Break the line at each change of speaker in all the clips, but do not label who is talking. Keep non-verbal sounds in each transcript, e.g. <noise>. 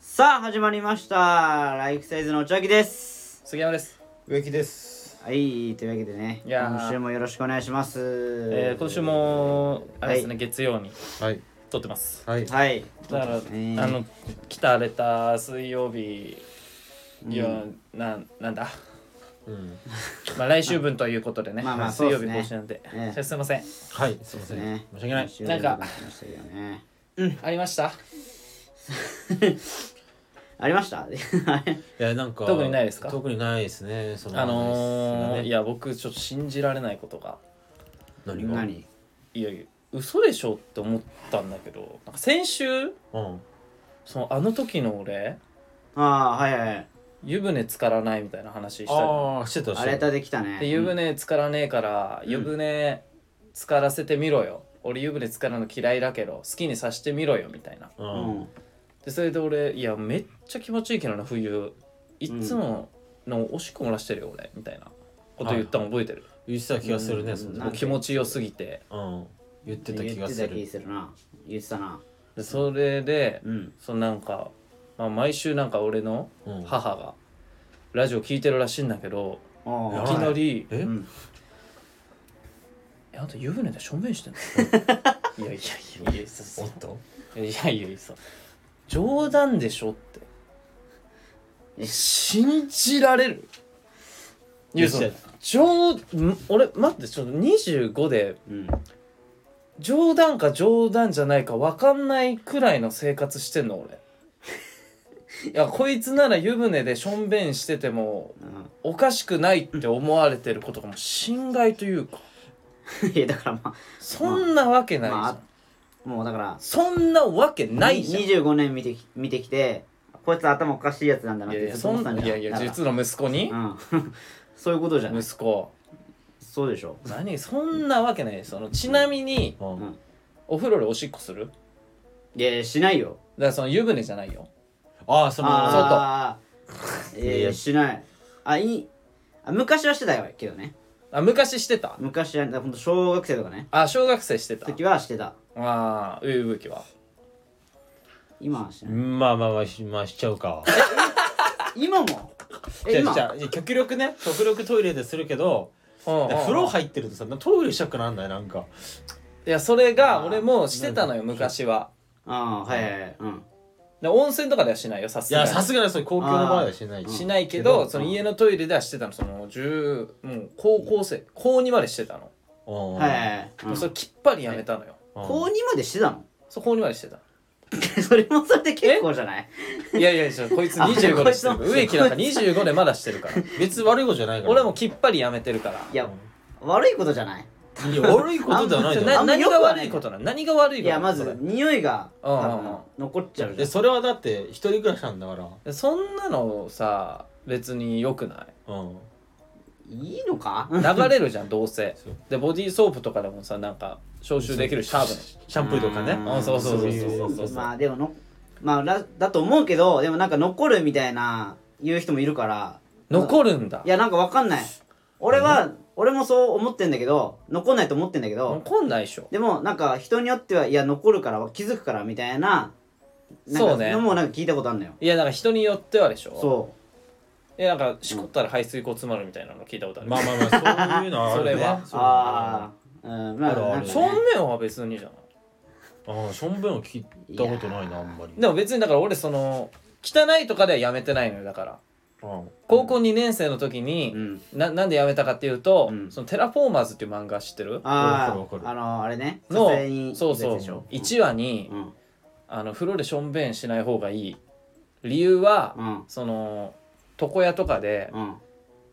さあ始まりましたライフサイズのおちわきです
杉山です、
植木です
はいというわけでね
いやー
今週もよろしくお願いします
えー、今週もあれですね、月曜に
はい
撮ってます
はい
はい
だから、
そうですね
あの来たレター水曜日いや、ななんだ
うん
まあ来週分ということでね、
まあまあ
水曜日
そうっすね
更新なんで、
ええ
すいません、
はいすいません、
ね
申し訳ない
週
なんか
出てきましたけどね
ありました
ありました
<laughs> いやなんか
特にないですか
特にないですねそ
あのー、
ね
いや僕ちょっと信じられないことが
何が
何
いやいや嘘でしょって思ったんだけどなんか先週
うん
そのあの時の俺
ああはいはい
湯船浸からないみたいな話したじゃん
ああしてたし
あ
て
れ
た
たできたね
で湯船浸からねえから、湯船浸からせてみろよ俺湯船浸からんの嫌いだけど好きにさしてみろよみたいな
う、
うんん
でそれで俺いやめっちゃ気持ちいいけどな冬いっつものおしっこ漏らしてるよ俺みたいなこと言ったの覚えてる、
言ってた気がするね、
うん
その
なん
もう
時
気持ちよすぎて
うん言って
言
た気がす
ってた気
る
するな言ってたな
でそれで、
うん
そのなんか、まあ、毎週なんか俺の
うん
母がラジオ聞いてるらしいんだけど、
お
や
い
ば
き
ー
なり
え、
うん
「えあんた湯船で正面してんの? 」いやいやいやいやそそ
おっと
いやいやいやそう冗談でしょって
え
信じられるいやそ
い
の
や
冗ん俺待ってちょっと25で
うん <laughs>
冗談か冗談じゃないか分かんないくらいの生活してんの
<laughs>
俺いやこいつなら湯船でしょんべんしてても
うん
おかしくないって思われてることがもう侵害というか
いやだからま
そんなわけないじゃん、
まああもうだから
そんなわけないじゃん
25年見てき見てきてこいつ頭おかしいやつなんだないっ
やい
てずっと
やそ
思っ
ん
てたんじゃん
いやいや
だから
実の息子に
うん <laughs> そういうことじゃない
息子
そうでしょ
何そんなわけないそのちなみに
うん
うん
お風呂でおしっこするだか
いやいやしないよ
らその湯船じゃないよ
ああその
ああいやい
い
や
や
しないあいいあ昔はしてたよけどね
あ昔してた
昔はほんと小学生とかね
あ小学生してた
時はしてた
ああうぶきは
今はしない
まあまあまあし,、まあ、しちゃうか
今も
じ
え
ゃあ
今
じゃあいや極力ね極力トイレでするけど
うんうん
風呂入ってるとさトイレしたくなんないなんか
いやそれが俺もしてたのよ昔は
ああーはいはいはいうん
で温泉とかではしないよさ
い
すが
や
に
さすがにそういう公共の場合はしない
し
し
ないけ
け
ど
ど
その家のトイレではしてたのその10もう高校生高2までしてたの、
うん
はいはいはいう
もうんそれきっぱりやめたのよ、
うん
高2までしてたの <laughs>
そう高2までしてた
それもそれで結構じゃない
いやいや、ちょこいつ
あ
25でしてる
こ
か
いつ
ら。植木なんか25でまだしてるから。
別に悪いことじゃないから
俺はもうきっぱりやめてるから。
いや悪いことじゃない
いや悪いことではないじゃ
ちょ
ん
な
あんま
何
良く
が
はな
悪
い
いことなの何が悪いこと
い
な
や
の
ま
そ
ず匂いが
うんうんうん
多分残っちゃうじ
で
ゃん
それはだって一人暮らしなんだから
れそんなのさ、別に良くな
うん
いいのか
い流れるじゃん、どう <laughs> せ
そう。
で、ボディーソープとかでもさ、なんか、消臭できるし、多分。
シャンプーとかね
うん
そうそうそうそう
そうそう
まあでものまあだだと思うけどでもなんか残るみたいな言う人もいるから
残るんだ
い。やなんかわかんない俺は俺もそう思ってんだけど残んないと思ってんだけど
残んないでしょ。
でもなんか人によってはいや残るから気づくからみたいななんか
そうね
のもなんか聞いたことあるのよ
いや、なんか人によってはでしょ。
そ
いや、なんか、しこったら排水口詰まるみたいなの聞いたことある。
まあまあまあそういうのはあるね
それは
うああうんまあ
あるある
なんか
正
ね
面は別にじゃない。
あーしょんべんは聞いたことないなあんまり
でも別に、だから俺、その、汚いとかではやめてないのよ、だから。
うん
高校2年生の時に、
うん
ななんでやめたかっていうと、
うん
そのテラフォーマーズっていう漫画知ってる
あ
わかるわか
あ
る
あのあれね
の
撮影に
そうそ
出てたでしょ
う1話に、
うん
あの風呂でしょんべんしない方がいい理由は、
うん
その床屋とかで
うん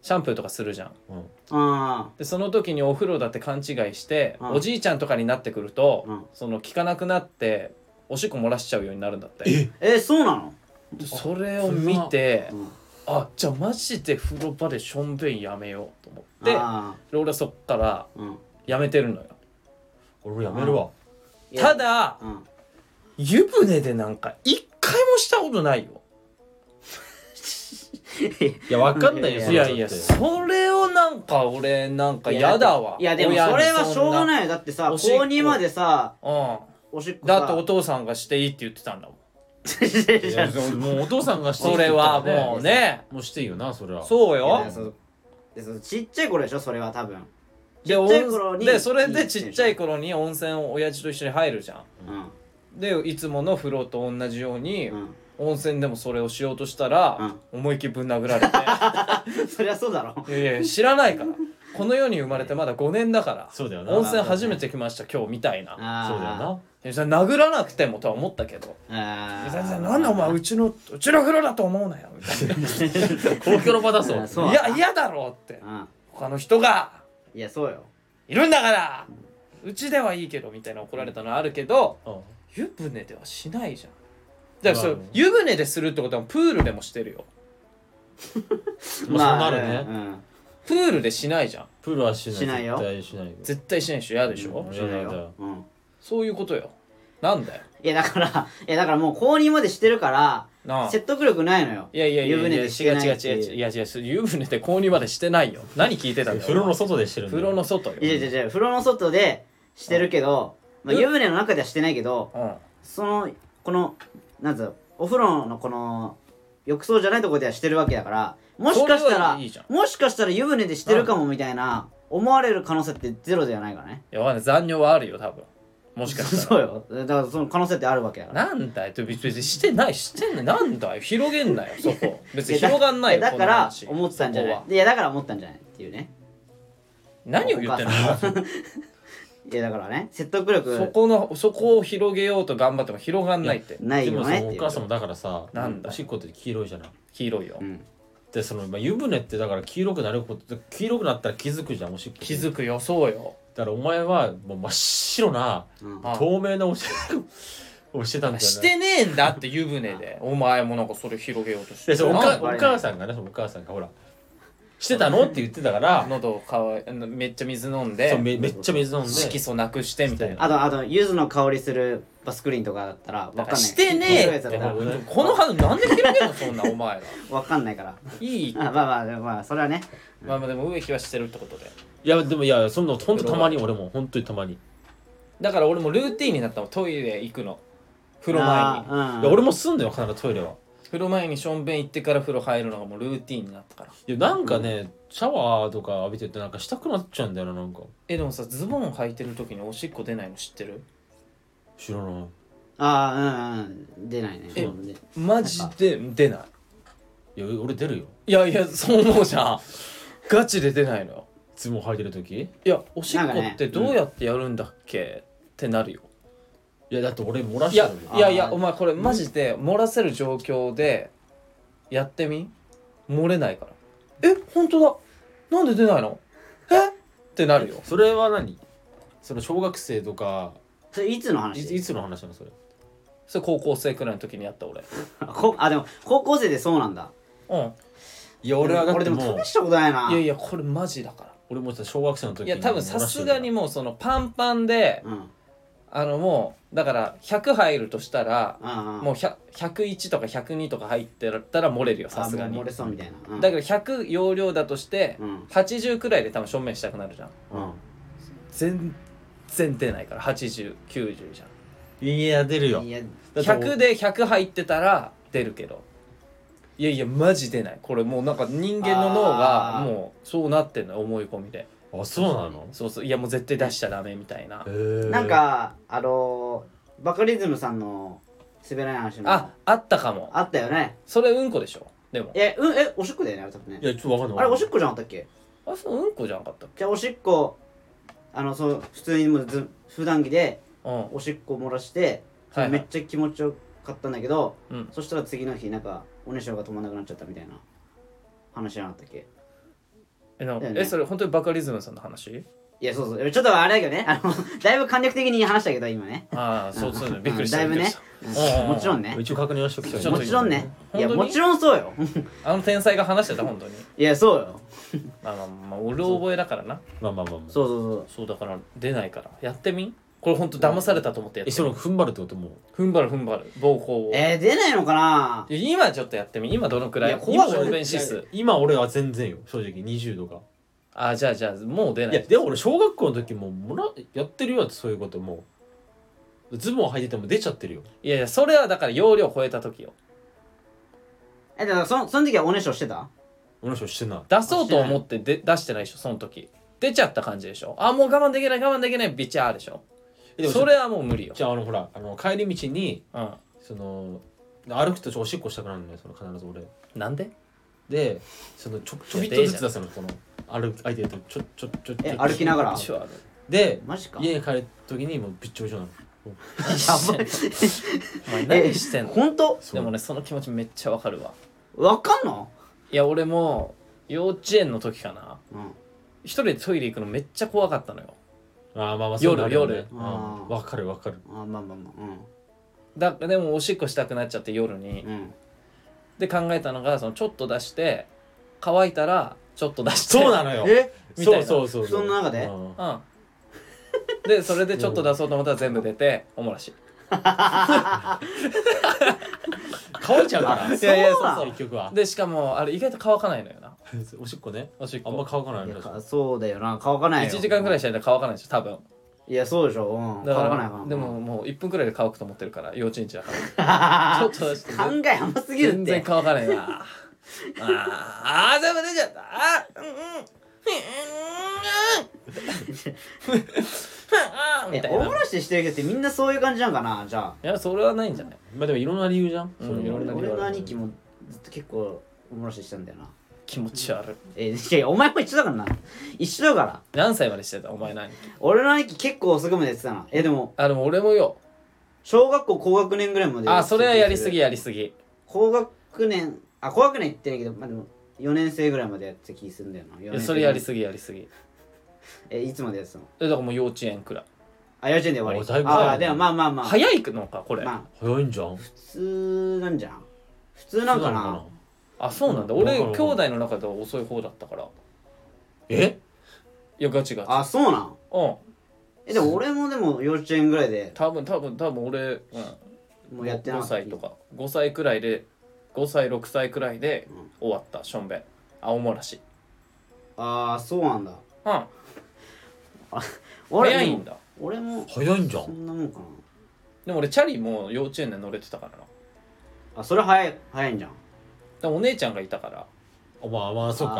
シャンプーとかするじゃん
うん
あ
でその時にお風呂だって勘違いして、
うん
おじいちゃんとかになってくると、
うん
その効かなくなっておしっこ漏らしちゃうようになるんだって
ーえそうなの
でそれを見て
うん
あじゃあマジで風呂場でしょんべんやめようと思って
あ
で俺はそっから
ーうん
やめてるのよ
俺やめるわ
いや
ただ
うん
湯船でなんか一回もしたことないよ
いやわかんないよ
い
そ
や
い
れ
やや
はいだって
それをなんか俺なんかやだわ
いやでもそれはしょうが
い、
ないよだってさ
おしっこ
高2までさ
う
おしっこ
ん、
さ
だってお父さんがしていいって言ってたんだもん
いやもうお父さんがしていい
そ
って
れ
言った
は
らね
もうね
もうしていいよなそれは
そう
いや
よ
いやそうでそうちっちゃい頃でしょそれは多分ち
で
っちゃい頃に
でそれでちっちゃい頃に温泉を親父と一緒に入るじゃ
うん
んでいつもの風呂と同じように、
うん
温泉でもそれをしようとしたら、思いっきりぶん殴ら
<laughs>
れて
そりゃそうだろ
いやいや知らないからこの世に生まれてまだ5年だから
そうだよな
温泉初めて来ました今日みたいな
あー
そうだよな
えじゃあ殴らなくてもとは思ったけど
あ
全
ー
然なんでお前うちのうちの風呂だと思うなよみたいな
公共の場だそ
あ
う
そう
いや嫌だろって
うん
他の人が
いやそうよ
いるんだからうちではいいけどみたいな怒られたのあるけど
うん
湯船ではしないじゃんだからそ
ま
う
あ
湯船でするってことはプールでもしてるよ
まあそうなるね
うん
プールでしないじゃん
プールはしない
しないよ
絶対しないよ
絶対しないでしょ嫌でしょ、
うんそうだようん
そういうことよなんだよ
いやだからいやだからもう公認までしてるから
なあ
説得力ないのよ
いやいやいや
湯
い
船
や違う
でしてない
違う
って
違う違ういや違うそう湯船で購入までしてないよ何聞いてたんだよ
風呂の外でしてるんだ
風
よ
呂の外よ
いやいやいや風呂の外でしてるけど、まあ、
うん
湯船の中ではしてないけど
うん
そのこのなんつうのお風呂のこの浴槽じゃないとこではしてるわけだからもしかした
それ
ら
はいいじゃん
もしかしたら湯船でしてるかもみたいな思われる可能性ってゼロではないからね
いやわかんない残尿はあるよ多分もしかした
<laughs>
ら
そうよだからその可能性ってあるわけだから
なんだよって別にしてないしてんねなんだよ広げんなよそこ別に広がんないよ
いやだ
こ
か
の
ら
話
思ってたんじゃ
こ
な
こはい
いやだから思ったんじゃないっていうね
何を言ってんの <laughs>
いやだからね説得力
そこのそこを広げようと頑張っても広がんないって
ない
でも
よ
そ
ねっ
のお
ていう
母さんもだからさ
なんだ
おしっこって黄色いじゃない
黄色いよ
うん
でその、まあ、湯船ってだから黄色くなること黄色くなったら気づくじゃんおしっこ
気づくよそうよ
だからお前はもう真っ白な
うん
あ
透明なおしっこをしてたんじゃ
し
ない
てねえんだって湯船でお前もなんかそれ広げようとし
で
て
そのお
なん
か
か
お母さんがねそのお母さんがほらしてたのって言ってたから
喉かわいめっちゃ水飲んで
そうめめっちゃ水飲んで
色素なくしてみたいな
あとあと柚子の香りするバスクリーンとかだったら分かんない
してねえ
面白いやつだったら
でもね
この話なんで広げんのそんなお前ら
分かんないから
いい
あまあまあでもまあそれはね
まあまあでも植木はしてるってことで
いやでもいやそんなほんとたまに俺もほんとにたまに、
だから俺もルーティーンになったのトイレ行くの風呂前に
あーうん
いや俺もすんだよ必ずトイレは
風呂前にしょんべん行ってから風呂入るのがもうルーティーンになったから
いやなんかね、シャワーとか浴びててなんかしたくなっちゃうんだよななんか
えでもさズボン履いてる時におしっこ出ないの知ってる
知らない
ああうんうん出ないね
え
うんで
マジで出ない
いや俺出るよ
いやいやそう思うじゃんガチで出ないのよ
ズボン履いてる時
いやおしっこ
なん
っ
かね
てどうやってやるんだっけ、ってなるよ
いやだって俺漏らし
い
て
や
るよ
いやいや
あー
お前これマジで漏らせる状況でやってみ漏れないからえ本当だなんで出ないのえってなるよ
それは何その小学生とか
それいつの
い
話
いつの話なのそれ
それ高校生くらいの時にやった俺
こあでも高校生でそうなんだ
うん
いや俺はだって
で
もう
も試したことないない
やいやこれマジだか
俺もさ小学生の
ら
時
いや多分さすがにもうそのパンパンで
うんうん
あのもうだから100入るとしたら
うん
もう100 101とか102とか入ってたら漏れるよさすが
あも
に
う漏れそうみたいなうん
だけど100容量だとして
うん
80くらいで多分正面したくなるじゃん
うん
全然出ないから8090じゃん
いや出るよ
いや
だって
100で100入ってたら出るけどいやいやマジ出ないこれもうなんか人間の脳が
あー
もうそうなってんの思い込みで
あそうなの
そうそういやもう絶対出しちゃダメみたいな
へー
なんかあのーバカリズムさんの滑らない話も
ああったかも
あったよね
それうんこでしょでも
えうんえおしっこだよねあれ多分
い
ね
やちょっとわかんない
あれおしっこじゃなかったっけ
あそううんこじゃなかったっけ
じゃあおしっこあのそう普通にもうず普段着で
うん
おしっこ漏らして
はいはい
めっちゃ気持ちよかったんだけど、
うん
そしたら次の日なんかおねしょが止まんなくなっちゃったみたいな話じゃなかったっけ
えな
だよね
えそれ本当にバカリズムさんの話
いやそうそうちょっとあれだけどねあのだいぶ簡略的に話したけど今ね
ああそうそうねびっくりした
だいぶ
びっ
ね
くりしたううう
もちろんね
一応確認はしておきたい
ちょっと
もちろんねいや
本当に
もちろんそうよ <laughs>
あの天才が話してた本当に
いやそうよ
まあまあまあ俺覚えだからな
まあまあまあまあ
そうそうそう
そうだから出ないからやってみこれ本当騙されたと思ってやって
えそ
み
の踏ん張るってことも
踏ん張る踏ん張る暴行を
えー、出ないのかない
や今ちょっとやってみ今どのくらい
いや怖
今
い
小便指数
今俺は全然よ正直20度が
あじゃあじゃあもう出ない
いやでも俺小学校の時ももらやってるよってそういうこともズボン履いてても出ちゃってるよ
いやいやそれはだから容量超えた時よ
えだからそその時はおねしょしてた
おねしょしてない
出そうと思ってで出してないでしょその時出ちゃった感じでしょあもう我慢できない我慢できないビチャーでしょ
えでも
それはもう無理よ
じゃああのほらあの帰り道に
うん
その歩くとちょおしっこしたくなるのよその必ず俺
なんで
でそのちょちょびっとずつ出すのこの歩く相手とちょちょちょちょ
え歩きながら
ビチュアル
で
マジか
家に帰る時にもうびっちょびちょなの
やばい
お前何してんの
本当
でもねその気持ちめっちゃわかるわ
わかんの
いや俺も幼稚園の時かな
うん
一人でトイレ行くのめっちゃ怖かったのよ
ああまあまあ
夜
そうなるよね
夜
うん
あー
わかるわかる
あまあまあまあ
だでもおしっこしたくなっちゃって夜に
うんうん
で考えたのがそのちょっと出して乾いたらちょっと出して
そうなのよ
え
みたい
そ
な
うそうそう
布団の中で
うん
うんでそれでちょっと出そうと思ったら全部出ておもらし
乾いちゃ
<laughs>
うから
あ
いやいやそう
な
そ
の
う
結局は
でしかもあれ意外と乾かないのよな
おしっこね
おしっこ
あんま乾かない
い
の
や
よ
かそうだよな乾かないよ
1時間くらいしたら乾かないでしょ多分
いやそうでしょ、うん、
だ
乾
か
かない
ら
かな
でももう1分くらいで乾くと思ってるから
<laughs>
幼稚園児だからちょ
考
っと出して
え甘すぎる
全
っ
然
て
乾かないなあーあー全部出ちゃったあーうんうんうんうんうん
<laughs>
うんみ
え
たい
お
な
もらししてる人ってみんなそういう感じなんかなじゃあ
いやそれはないんじゃない
まあでもいろんな理由じゃん
うん
そういろんな理
俺
由ある
の兄貴もずっと結構おもらししたんだよな
気持ち悪い
えいやお前も一緒だからな一緒だから
何歳までしてたお前何
俺の兄貴結構遅くまでやってたなえでも
あでも俺もよ
小学校高学年ぐらいまで
あそれはやりすぎやりすぎ
高学年あ高学年言ってないけどまあでも4年生ぐらいまでやってた気するんだよな4
い
年
や
生
それやりすぎやりすぎ
えいつまでやってたの
えだからもう幼稚園くらい
あ幼稚園で終わ
お
り
だいぶ早いね
ああでもまあまあまあ
早いのかこれ、
まあ
早いんじゃん
普通なんじゃん普通なんかな
あそうなんだ
うん
俺
わかる
兄
わかる
弟の中では遅い方だったからい
え
やガチガチ
あそうなん
うん
えでも俺もでも幼稚園ぐらいで
多分多分多分俺、うん、
もうやってな
5歳とか5歳くらいで5歳6歳くらいで終わったしょんべん青もらし
ああそうなんだ
うん
俺
早いんだ
俺も
早いんじゃ
そん
ん
なもんかな
でも俺チャリも幼稚園で乗れてたからな
あそれ早い早いんじゃん
でもお姉ちゃんがいたから
あまあまあそう
あ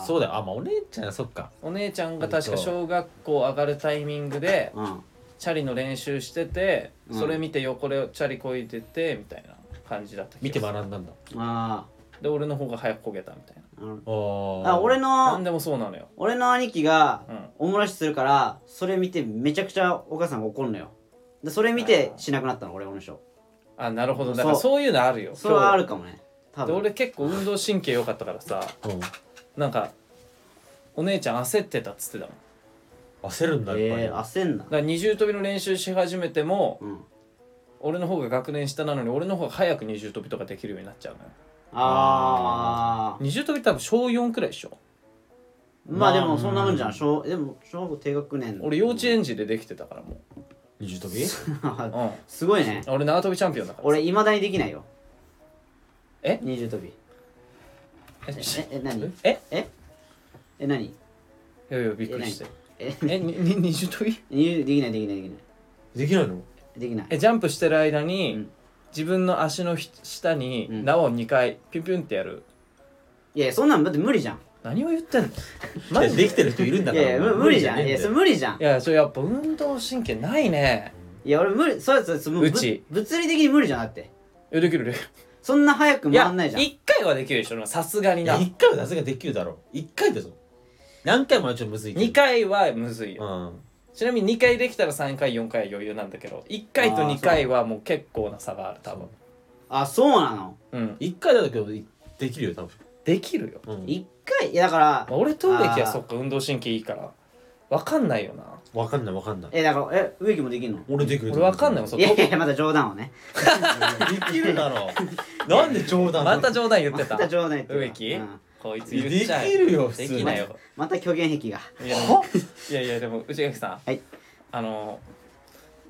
か
ー
そうだよあまあお姉ちゃんそっか
お姉ちゃんが確か小学校上がるタイミングで
うん
チャリの練習してて
うん
それ見て横でチャリこいでてみたいな感じだった気がする
見て学んだんだ
あ
で俺の方が早く焦げたみたいな
ーあの
あー
あ俺
何
の
でもそうなのよ
俺の兄貴が
うん
おもらしするからそれ見てめちゃくちゃお母さんが怒るのよでそれ見てしなくなったの俺の人
あなるほどだからそういうのあるよ
それはあるかもね多
で
分
俺結構運動神経良かったからさ
うん
なんかお姉ちゃん焦ってたっつってたもん
焦るんだやっぱり、
えー、焦んな
だから二重跳びの練習し始めても
うん
俺の方が学年下なのに俺の方が早く二重跳びとかできるようになっちゃうのよ
あー
二重跳び多分小4くらいでしょ
まあで
ま
も
あ
そんなもんじゃ
うん
小でも小学校低学年
俺幼稚園児でできてたからも
二重跳び
う、うん、
<laughs> すごいね
俺縄跳びチャンピオンだから
俺いまだにできないよ
え
二重跳び
え
ええ何
え
え何
いやいやびっくりして
え
えにに二重跳び <laughs>
二重できないできないできない
できな
<laughs>
いの
できない
えジャンプしてる間に、
うん
自分の足のひ下に
うん
縄を2回ピュンピュンってやる
いやいやそんなんだって無理じゃん
何を言ってんの
い
マ
や
ジで
できてる人いるんだ
い
から
やいやむ無理じゃんいやそれ
ね
無理じゃん
いやそれやっぱ運動神経ないね
いや俺無理そうやつ
うち
物理的に無理じゃんだって
いやできるできる
そんな早く
いや
<laughs> 回んないじゃん
1回はできるでしょさすがに
い
な
や一回はさすがにできるだろう一回だぞ何回もやっちゃむずいけど
2回はむずいよ、
うん
ちなみに2回できたら3回4回余裕なんだけど1回と2回はもう結構な差がある多分
あそうなの
うん
一回だけどいできるよ多
できるよ、
分うん
一回いやだから
まあ俺と植木
あ
は
ー
そっか運動神経いいから分かんないよな
わかんないわかんない
えだからえ植木もできんの
俺できる
俺分かんない
い
もんそ
い
こ
やいやいやまだ冗談をね
できるだろ
<laughs>
うなんで冗談
また冗談言ってた
また冗談言ってた
植木、
うん
こいつ
で
言っちゃう
きるよ普通
で
に
きないよ
また虚言癖が
いやでもいやいやでも内垣さん
はい
あの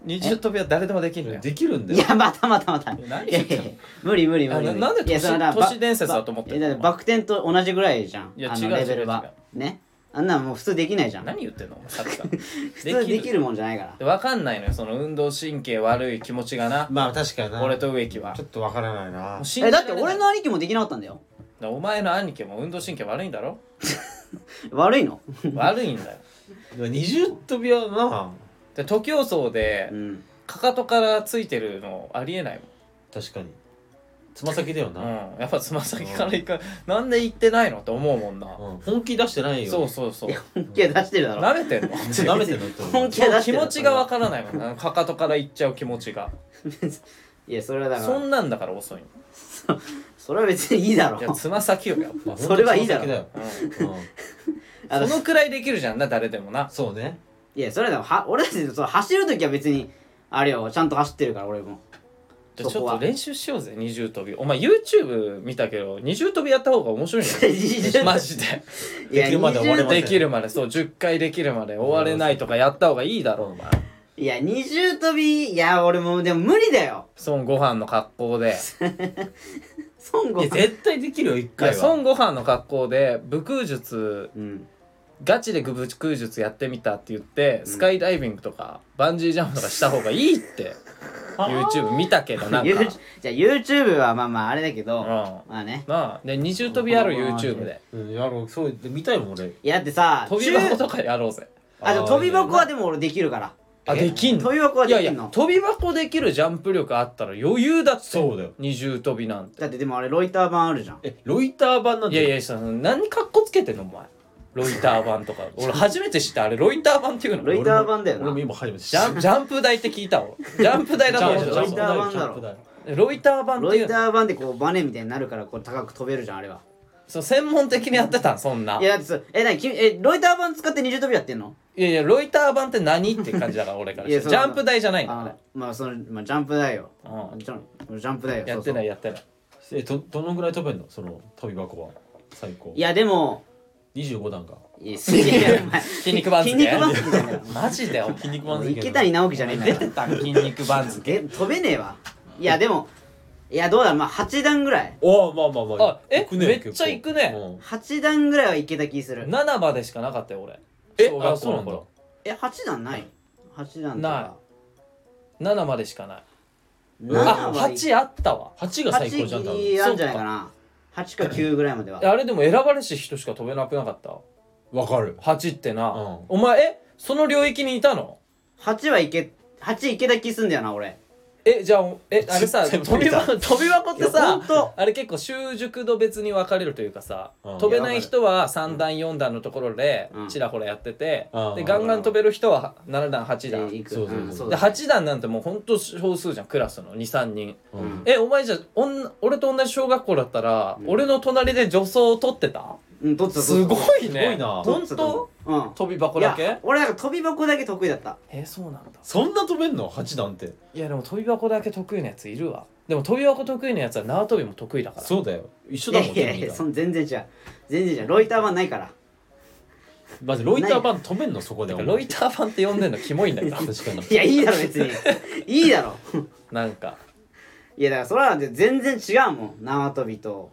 二重跳びは誰でもできるのよ
できるんだ
い
よ
やまたまたまたいや
何言っ
い
て
や
んの
いや無理無理無理
あな
無理
なんで都市
いやそれは
都市伝説だと思ってんの
ばいやだからバク転と同じぐらいじゃん
いや
あの
違う
レベルはねあんなんもう普通できないじゃん
何言ってんのお前さっきから
<laughs> 普通できるもんじゃないから
で分かんないのよその運動神経悪い気持ちがな
まあ確かにな
俺と植木は
ちょっとわからないな
もう信
え
じら
だ
れ
っ
な
て
い
俺の兄貴もできなかったんだよ
だお前の兄貴も運動神経悪いんだろ
悪いの
悪いんだよ
でも二重跳びはな
で徒競走で
うん
かかとからついてるのありえない
確かにつま先だよ
も
な、うん
ん、うん、やっぱつま先から行かなんで行ってないのって思うもんな、
本気出してないよ
そうそうそう
本気は出してるだろ
慣れてんの
舐めてる
<laughs> 本気は出して
気
るだ
持
ろ
ちがわからないもんなかかとから行っちゃう気持ちが
いやそれはだから
そんなんだから遅いの
それは別にいいだろ
いやつま先よやっぱ、
それはいいだろ
ろ、うん
う
あの
ん、そのくらいできるじゃんな誰でもな
そうね
いやそれはだからは俺たちその走る時は別にあれよちゃんと走ってるから俺
<laughs>
も
じゃあち
そ
ょ
こ
っ
は
と練習しようぜ二重跳びお前 YouTube 見たけど二重跳びやった方が面白いんじゃ
<laughs> 二重
な
跳
い
び
マ
<laughs>
ジで
いや
できるまで終われません
できるまでそう10回できるまで終われないとかやった方がいいだろお前
いや二重跳びいや俺もうでも無理だよ
孫悟飯の格
<laughs>
好で
孫
い
悟
や
飯
絶対できるよ一
いや
回は
孫悟飯の格好で武空術
うん
ガチで武空術やってみたって言って、スカイダイビングとかバンジージャンプとかした方がいいって YouTube 見たけどなんか、
ゆう
うん、
じゃあ YouTube はまあまああれだけど、
な
まあね
あで二重跳びある YouTube で
うんやろうそうで見たいもん俺
いやだってさ
跳び
中
箱とかやろうぜ
あでも飛び箱は
で
でも俺できるから
あできんの
飛び箱はいで
やい
き
や
んの
跳び箱できるジャンプ力あったら余裕だって
そうだよ
二重跳びなんて
だってでもあれロイター版あるじゃん
えロイター版なん
い
て
やいやその何かっこつけてんのお前ロイター
<laughs>
版とか俺初めて知ったあれロイター版っていうの
ロイター版だよ
俺
な
も今初めて
ジャンジャンプ台って聞いたわジャンプ台だと思って
ジャンプ
た
台
ジャンプ台
ロイター版っ
ロ
てい
イ
うの
ター版でこうバネみたいになるからこう高く飛べるじゃんあれは
そう専門的にやってたんそんない
やだってそえなに君えロイター版使って二重跳びやってんの
いやいやロイター版って何って感じだから俺か
い
らして
や
ジ
そうなの
ャンプ台じゃないんだ
あ
ね
まあその、まあ、ジャンプだよ
うん
ジャンジャンプだよ
やってないやってない
えどどのぐらい飛べんのその飛び箱は最高
いやでも
25段が
いやすげえお
<laughs>
前
筋肉番付
筋肉番付じゃねえよ
マジでお前
筋肉
も
番
う
付
池谷直樹じゃねえんだ
出
か
て
ら
た筋肉番付
で飛べねえわいやでもいやどうだろうまあ8段ぐらい
おまあまあまあ
あえ
行くね
めっちゃ行くね
結構うん
8段ぐらいはいけた気する
7までしかなかったよ俺
え
小学校の
あそうなんだ
頃
え8段ない8段
な7までしかない
い
あ8あったわ
8が最高じゃん
8
多分
ギリあるんじゃないかな8か9ぐらいまでは
あれでも選ばれし人しか飛べなくなかった
わかる
8ってな、
うん
お前えその領域にいたの
8はいけ8いけた気すんだよな俺
えじゃあえあれさ
全部
飛び
見た
箱 <laughs> 飛び箱って
いやほ
さ
んと
あれ結構習熟度別に分かれるというかさ、
うん
飛べない人は3段4段のところで
うん
ちらほらやってて、
うん
でガンガン飛べる人は7段8段、
でいく
そうそうそうん
で
だ
8段なんてもうほんと少数じゃんクラスの23人
うん
えお前じゃおん俺と同じ小学校だったら、
うん
俺の隣で女装を取ってた
うん取ってた
す
取って
ご
た
い
すご
ね
いな
本当
うん
飛び箱だ
いや
け
俺なんか飛び箱だけ得意だった
えそうなんだ
そんな飛べんの8段って
いやでも飛び箱だけ得意なやついるわでも飛び箱得意なやつは縄跳びも得意だから
そうだよ一緒
い
だ
や
もん
いやい
全
や
部
そん全然違う全然違うロイターはない
<laughs>
から
まずロイター版飛べんのそこで
てかロイター版って呼んでんのキモいんだけど
確かに
いやいいだろ別にいいだろ
なんか
いやだからそれは全然違うもん縄跳びと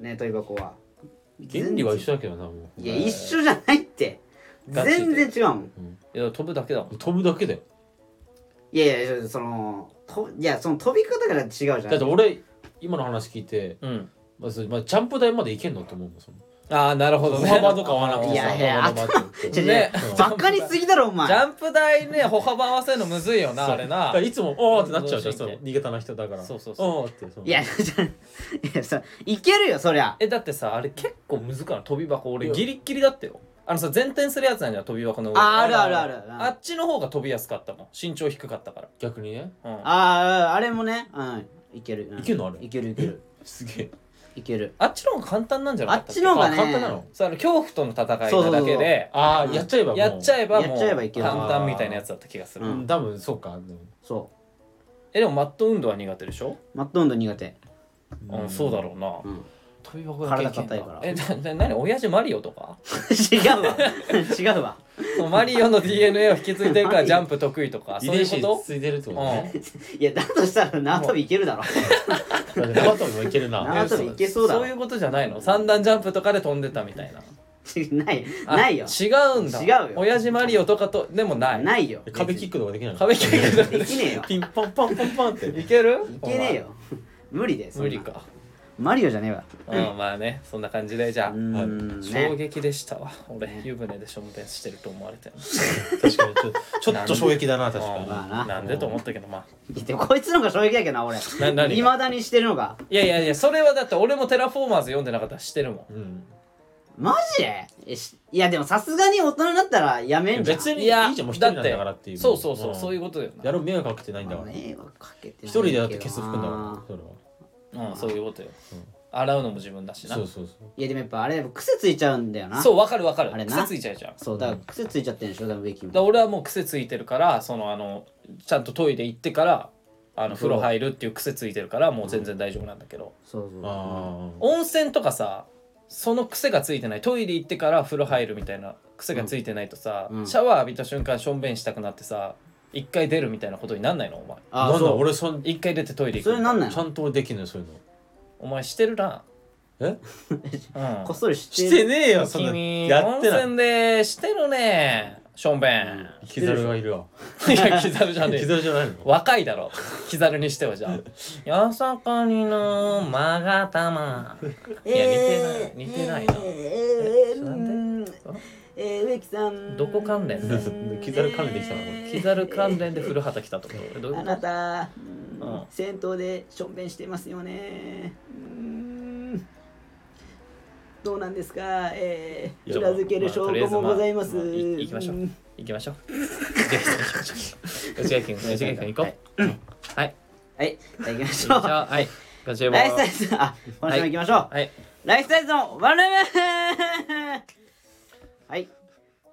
ね跳び箱は
原理は一緒だけどなもう
いや一緒じゃないって
ガチで
全然違うもん
いや飛ぶだけだもん
飛ぶだけだよ
いやいやそのといやその飛び方から違うじゃん
だって俺今の話聞いて
うん
まずまあジャンプ台まで行けんのと思うもんその
ああなるほど
歩
ね
幅とか合わなく
い
てさ
やいや
歩幅とか合わなくて
違う違う
ね
バカにすぎだろお
ジ
前
ャンプ台ね歩幅合わせるのむずいよなあれ
だ
な
からいつも「おーってなっちゃうじゃん
運動
そ
神
の
経
逃げたな人だから
そうそうそう
おーってその
いやじゃいやそいけるよそりゃ
えだってさあれ結構むずかない飛び箱俺
いや
ギリッギリだったよあのさ前転するやつなんじゃん飛び箱の上
ああるあるあるうん
あっちの方が飛びやすかったもん身長低かったから
逆にね
うん
あああれもねうんいける、うん
いけるのあれ
いけるいける
すげえ
いける
あっちの方が簡単なんじゃな
あ
かっ
った
っ
ちの方がね
あ簡単なの
その恐怖との戦い
そうそ
な
うそう
だけで
ああ
うん
やっちゃえばもう
やっちゃえばも
や
う
っちゃえばいける
簡単みたいなやつだった気がする、
う
うんん多分そうかでも
そ
えでもマット運動は苦手でしょ、
うマット運動苦手
うん、そうだろうな、
うん
飛び箱だけいけん
体硬いから
えなな何親父マリオとか
<laughs>
<laughs>
違うわ <laughs> 違うわ
そのマリオの DNA を引き継いでるか
マ
ら
リオ
ジャンプ得意とか
遺
そうい
伝
う
子
こ
ついてるって
と、う
こ
ん
とね、
いやだとしたら縄跳びいけるだろ
だって縄跳びもいける
<laughs>
な
縄跳びいけそうだ
そういうことじゃないの三段ジャンプとかで飛んでたみたいな
ない
あ
ないよ
違うんだ
違うよ
親父マリオとかとでもない
ないよ
壁キックとかできないの
壁キックとか
できねえ
<laughs>
よ
ピンポンポンポンポンって
いける
いけねえよ <laughs> 無理です
お前無理か
マリオじゃねえわ
うんまあねそんな感じでじゃあ
うーん
衝
ね
撃でしたわ俺湯船でしょんべんしてると思われてる
確かにちょちょっと衝撃だな確かに
まあな
なんでと思ったけどまあ
でもこいつの方が衝撃だけどな俺
な何が
いまだにしてるのが
いやいやいやそれはだって俺も「テラフォーマーズ」読んでなかったらしてるも
うん
マジえしいやでもさすがに大人になったらやめんじゃん
別
ん
にい
い
いじゃ
や
んもう一人なんだからっていう
そうそうそう、
ん
そういうことだよ
やろう迷惑かけてないんだ
まあ
から
迷惑かけて
一
ないけ
人で
ど
だ
な
って消す服だからそれは
なうんそういうことよ、洗うのも自分だしな
そうそうそう
いやでもやっぱあれ癖ついちゃうんだよな
そううわかるわかる
あれな
癖ついちゃうじゃんだか
そうだから癖ついちゃってるでしょ多分ウェキも
ら俺はもう癖ついてるからそのあのちゃんとトイレ行ってからあの風呂入るっていう癖ついてるからもう全然大丈夫なんだけど、
そうそう
ああ
温泉とかさその癖がついてないトイレ行ってから風呂入るみたいな癖がついてないとさ、
うん
シャワー浴びた瞬間しょんべんしたくなってさ一回出るみたいなことになんないのお前
あ
なんだ
そ
俺そん
一回出てトイレ
うそ
行
れ
く
なんない
ちゃ
の
んと俺できんのよそういうの
お前してるな
え
う
こっ
ん
そり知
し
って
て
る
ねえよそんな
君
や
温
ってない
泉でしてるねしょんべん、
キザルがいるわ
いやキザルじゃね
キ
え
ザルじゃないの
若いだろキザルにしてはじゃあ「
<laughs>
よそこにのまがたま」いや
えー
似てない似てないな
えーえー
なんで
うんえー植木さん
どこ関連
<laughs>
キザル関連できたなこれ
キザル関連で古畑来たとかどういう
あ
こ
な
と
た、
うん
戦闘でしょんべんしてますよね。うんどうなんですか、え
い
ー、
や
裏付ける証拠もございます。
まあとりあえずまあまあいいきましょう
うん
行きましょう吉
<laughs>
垣君吉垣君行こうはい
はい、じゃあ行きまし
<laughs>
ょ
じゃ
う。
あはいご注文
ライフサイズ、あ、今週も行きましょう。
はい
ライフサイズのワンルームはい。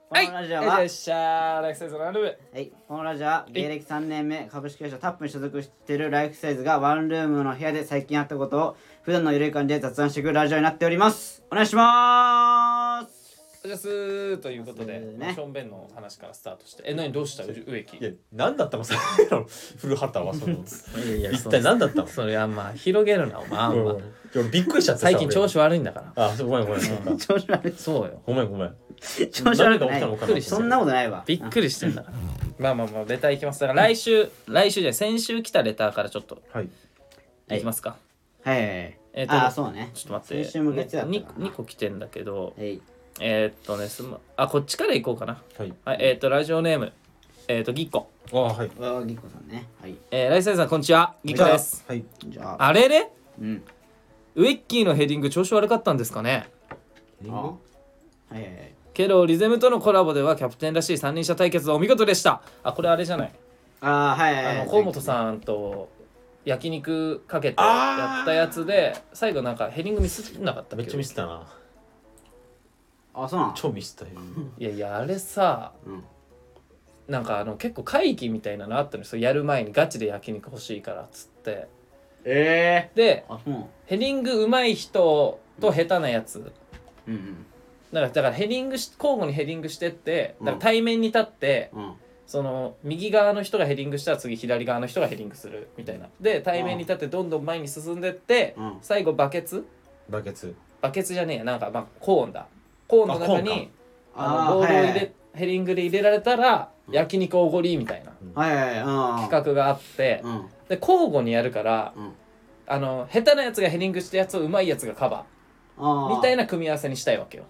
このラジオは、
よ
は
っしゃーライフサイズのランルーム
い、このラジオは芸歴3年目株式会社タップに所属しているライフサイズがワンルームの部屋で最近あったことを普段のゆるい感じで雑談していくラジオになっておりますお願いします
じゃあすーということで、
そうですね
まあションベンの話からスタートしてえ何どうしたう植木
いや何だったのさっきの <laughs> 古畑はその一体何だったの
それあんま広げるなお前あん
ごめんご
ま
めん俺びっくりしちゃってさ
最近
俺
調子悪いんだから
あそうごめんごめんそう
<laughs>
か
調子悪い
そうよ
ごめんごめん
調子悪くな
何が起きたの
い
かな
そんなことないわ
びっくりしてんだからまあまあまあレターいきますだから来週来週じゃない先週来たレターからちょっと
はい
いきますか、
はいはいはい
えーと
ああそうね
ちょっと待って
先週向けてだったな
2, 個来てんだけど
はい
えーっとねすまあこっちから行こうかな
はい
はいえーっとラジオネームえーっとぎっこ、
あはい
あーぎっこさんねはい
えー、ライセンさんこんにちはぎっこです
はい
じゃあ
あれれ
うん
ウェッキーのヘディング調子悪かったんですかね
あはいはいはい
けどリゼムとのコラボではキャプテンらしい三輪車対決お見事でしたあこれあれじゃない
あーはいはい
あ
は
の
い
河本さんと焼肉かけてやったやつで最後なんかヘディングミスってなかった
めっちゃミ
ス
スったな
あそうなの
超ミスったよ
いやいやあれさ
うん
なんかあの結構会議みたいなのあったのよそうやる前にガチで焼肉欲しいからっつって
ええ
で
あそう
ヘディング上手い人と下手なやつ
うん
だからだからヘディングし交互にヘディングしてって
う
だから
ん
対面に立って、
うんうん
その右側の人がヘディングしたら次左側の人がヘディングするみたいなで対面に立ってどんどん前に進んでって、
うん
最後バケツ
バケツ
バケツじゃねえやなんかまあコーンだコーンの中
あコーン
にあ
あ
のボールを入れ、
はい
ヘディングで入れられたら
うん
焼肉おごりみたいな
はいはいはい
企画があって、
うん
で交互にやるから
うんうん
あの下手なやつがヘディングしたやつをうまいやつがカバ
あ
ーみたい
な
な組み合わせにしたいわけよ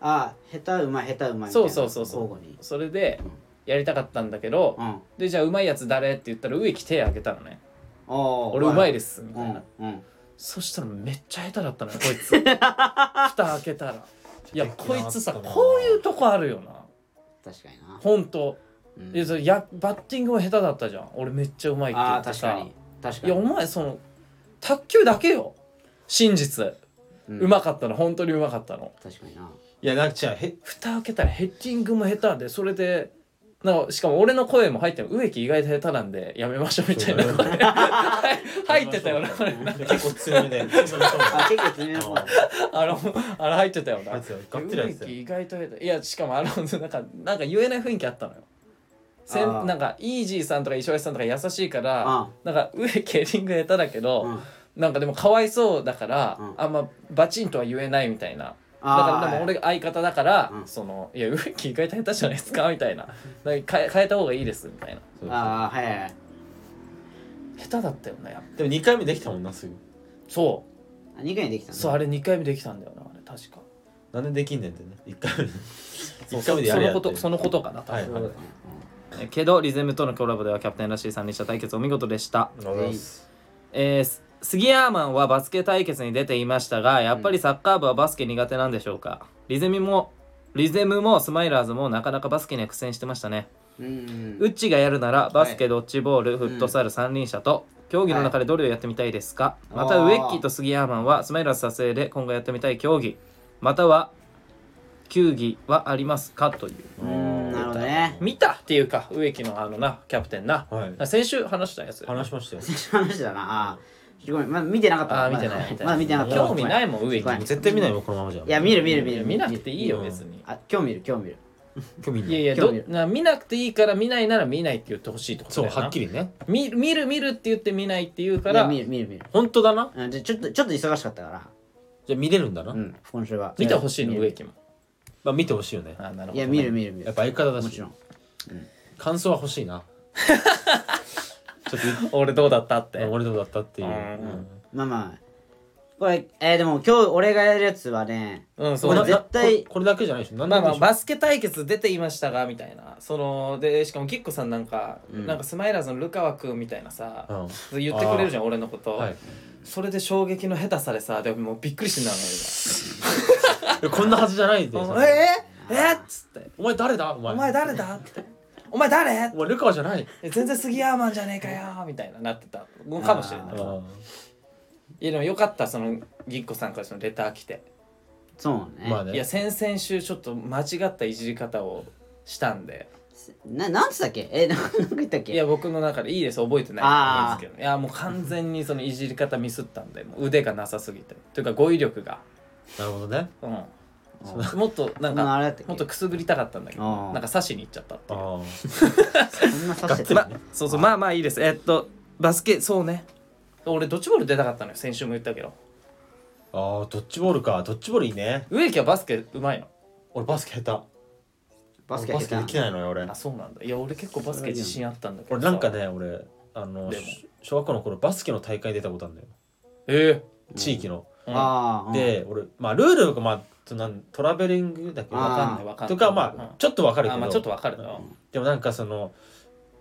あー下手うまい下手うまいみたいな
そうそうそうそう
交互に
それで
うん
やりたかったんだけど、
うん
でじゃあうまいやつ誰って言ったら植木手挙げたのね
お
俺うまいですすみ
う
たいな、
んうん
そしたらめっちゃ下手だっ
<laughs>
たのよこいつ蓋開けたらいやこいつさこういうとこあるよな
確かにな
ほんと
うん
いやそれやバッティングも下手だったじゃん俺めっちゃうまいって言
あ
っ
あ
て
確か
さ
に確か
いやお
に
前その卓球だけよ真実
うん
うまかったの本当にうまかったの
確かにない
やなんか違うへ
蓋開けたらヘッディングも下手でそれでなんかしかも俺の声も入ってる植木意外と下手なんでやめましょうみたいな
そうだ
声 <laughs> 入ってたよ
<laughs>
なこれ
結構強めで
あ結構詰めの方
あのあれ入ってたよな
あいつがっつりやつ
植木意外と下手いやしかもあのなんかなんか言えない雰囲気あったのよせ
あー
んなんかイージーさんとか石橋さんとか優しいから
あ
なんか植木ヘディング下手だけど、
うん
なんかでもかわいそうだから、
うん
あんまバチンとは言えないみたいなだ
あー
からでも俺が相方だから、
うん
そのいや植木意外と下手じゃないですかみたいななんか変え変えた方がいいですみたいな
そうそ
ああはいはい
下手だったよねやっぱ
うでも2回目できたもんなすぐ
そ
何回できた
う
の
そうあれ2回目できたんだよなあれ確か
なんでできんねんってね1回目で
そう
1回目でやれ
そ
やっ
のこと
て
そのことかな
はいはい
そういうことえけどリズムとのコラボではキャプテンらしい3人者対決お見事でした
ありがとうございます
えーす杉ヤーマンはバスケ対決に出ていましたがやっぱりサッカー部はバスケ苦手なんでしょうか、リゼミもリゼムもスマイラーズもなかなかバスケには苦戦してましたね、
うんうん
ウッチがやるならバスケ、
は
ドッジボールフットサル三輪車と、競技の中でどれをやってみたいですか、
はい
また
お
ウ
ー
エッキーと杉ヤーマンはスマイラーズ撮影で今後やってみたい競技または球技はありますかという
うんなるほどね
見たっていうか植木のあのなキャプテンな
はい
先週話したやつ
話しましたよ
話だなあーごめんまだ見てなかった
あー見てない見てない
まだ見てなかった
興味ないいもん植木
ごめん
絶対見ないよこのままじゃ
いや見る見
見
る見る
見なくていいよ
うん
別に
あ今日見る今日見る
興味ない
いやいや
興
ど
味ある
な見なくていいから見ないなら見ないって言ってほしいってこと
そう
だよな
はっきりね
見る見る見るって言って見ないって言うか
いや
ら
見る見る見る
本当だな
あじゃあちょっとちょっと忙しかったか
じゃあ見れるんだな、
らうん今週は
見てほしいの
見る
植木も
まあ見てほしいよね
あなるほど
いや見る見る見
やっ
る
ぱ相方だ
も
し
ちろん
感想は欲しいなちょっと
俺どうだったって
言っ俺どうだったっていう、
うん
まあまあこれえーでも今日俺がやるやつはね
うん
こ
そう
れ
ま
だ
あ
ね
絶対
これこれだけじゃないでしょ何
ま
で
あま
も
あ
いいでし
バスケ対決出ていましたがみたいなそのでしかもキッコさんなんか、
うん
なんかスマイラーズのルカワ君みたいなさ、
ょ
言ってくれるじゃん俺のこ
う
と、
んはい
それで衝撃の下手さでさでももうびっくりしてんだよ
いやこんなはずじゃないで
今えー、え
あー
っつって
お前誰だお
「お
前
前誰だ?」って「お前誰?」
お前ルカワじゃない
え全然杉山マンじゃねえかよーみたいななってたのかもしれ
あ
ない
ー
いやでもよかったそのぎっこさんからそのレター来て、
そうね
まあね
いや先々週ちょっと間違ったいじり方をしたんで
ななんつったっけえななんか言ったっけ
いや僕の中でいいです覚えてな
あ
いん
ー
ですけどいやもう完全にそのいじり方ミスったんでもう腕がなさすぎてというか語彙力が、
なるほどね
うん、もっと
そ
なん
んな
か
あれだったっけ
もっとくすぐりたかったんだけ
あ
ど
ー
なんか刺しに行っちゃったっていう
あ
<laughs>
そんな刺して
ま
た
そうそうまあまあいいですえっとバスケそうね俺ドッジボール出たかったのよ先週も言ったけど
あードッジボールかドッジボールいいね
植木はバスケうまいの
俺バスケ下手
バスケ
俺バスケ
下
で
手
きないのよ俺
あそうなんだいや俺結構バスケ自信あったんだけど
俺
さ
なんかね俺あの
でも
し小学校の頃バスケの大会に出たことあるんだよ
え
地域の
え
ああ
で俺まあルールがまあそのなんトラベリングだっけ
あー
わかんないわかんない
とかまあちょっとわか
あ
るけ
あ
ど
まあちょっとわかるな
でもなんかその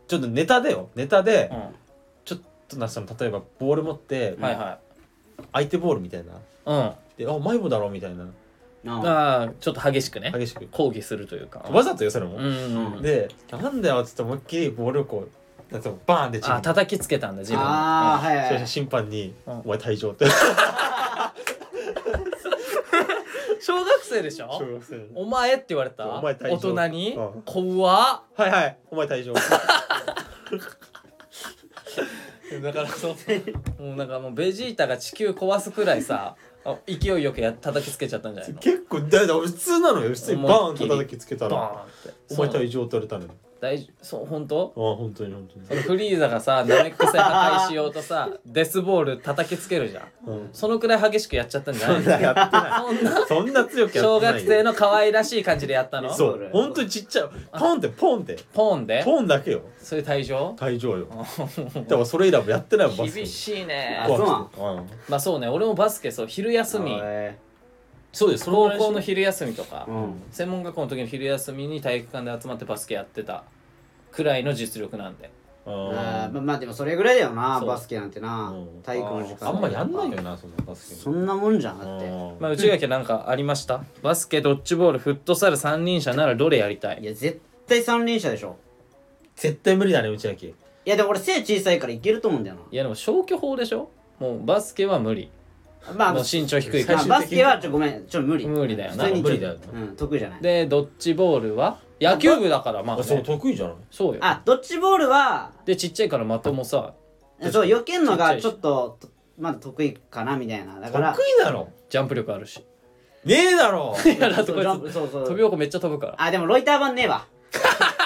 ちょっとネタでよネタで
うん
ちょっとなその例えばボール持って
はいは
相手ボールみたいない
うんあ
で「あ迷子だろ」みたいな
あ
あちょっと激しくね
激しく
抗議するというか
わざとよそれも
うんうんうん
で「なんだよ」っつって思いっきりボールをこうなんていうのバーンってチー
あ
ムに
叩きつけたんだ自分
あーはいは
そし
い
たら審判に「
うん
お前退場」って
うん小学生でしょ
小学生の
お前って言われた
お前退
大
場
人に
うん
怖っ
はいはいお前退
<laughs>
場
だから <laughs> そうもうなんかもうベジータが地球壊すくらい
<laughs>
さあ勢いよくや叩きつけちゃったんじゃないの
結構だだ普通なのよ普通にバーンって叩きつけたら
バーンって
「お前退場」って言われたのよ
大丈夫そう本当
あ本当に本当に
そのフリーザがさナメック星破壊しようとさデスボール叩きつけるじゃん
うん
そのくらい激しくやっちゃったんじゃ
そ
ない
んなやってない
そんな
そんな強くや
小
ってない
学
よ
生の可愛らしい感じでやったの
の
そう本当にちっちゃいポンってポンって
ポーンで
ポンだけよ
それ退場
退場
<laughs>
よだからそれ以来もやってないもんバスケ
厳しいね
あそうな
うん
まあそうね俺もバスケそう昼休み
へ
そうです
高校の昼休みとか
ーうん
専門学校の時の昼休みに体育館で集まってバスケやってたくらいの実力なんで
あーま
あ
まあでもそれぐらいだよな
そう
バスケなんてな
うん
体育の時間
んまやんないよなそんなバスケ
そんなもんじゃんだって
まあ
あ
内垣はなんかありましたバスケドッジボールフットサル三輪車ならどれやりた
い
い
や絶対三輪車でしょ
絶対無理だね内明
いやでも俺背小さいからいけると思うんだよ
いやでも消去法でしょもうバスケは無理
なまあ
もう身長低い
ま
から
あ
最終的に
バスケはちょごめんちょ無理
無理だよ
普
な
通にちょ
無理だよ
うん得意じゃない
でドッジボールは野球部だからまあ、ね、
あ
そ
そうう得意じゃない
よ
あドッジボールは
でちっちゃいから的もさ
そう避けんの
ちっちゃい
が
し
ちょっととまだ得意かなみたいなだか
得
ら
意だろ
ジャンプ力あるし
ねえだろ
いやだって
そ
こ
うジャン
い
プ
つ
そうそう
飛び箱めっちゃ飛ぶから
あでもロイター版ねえ
<laughs>
わロ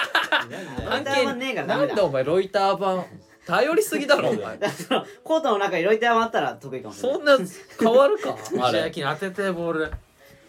イター版ねえからダ
な
メ
ん
だ
だお前ロイター版頼りすぎだろお前
そのコートの中にロイター版あったら得意かもしれな
そ
い
<laughs>
んな変わるかあ
内
れ
明に当ててボール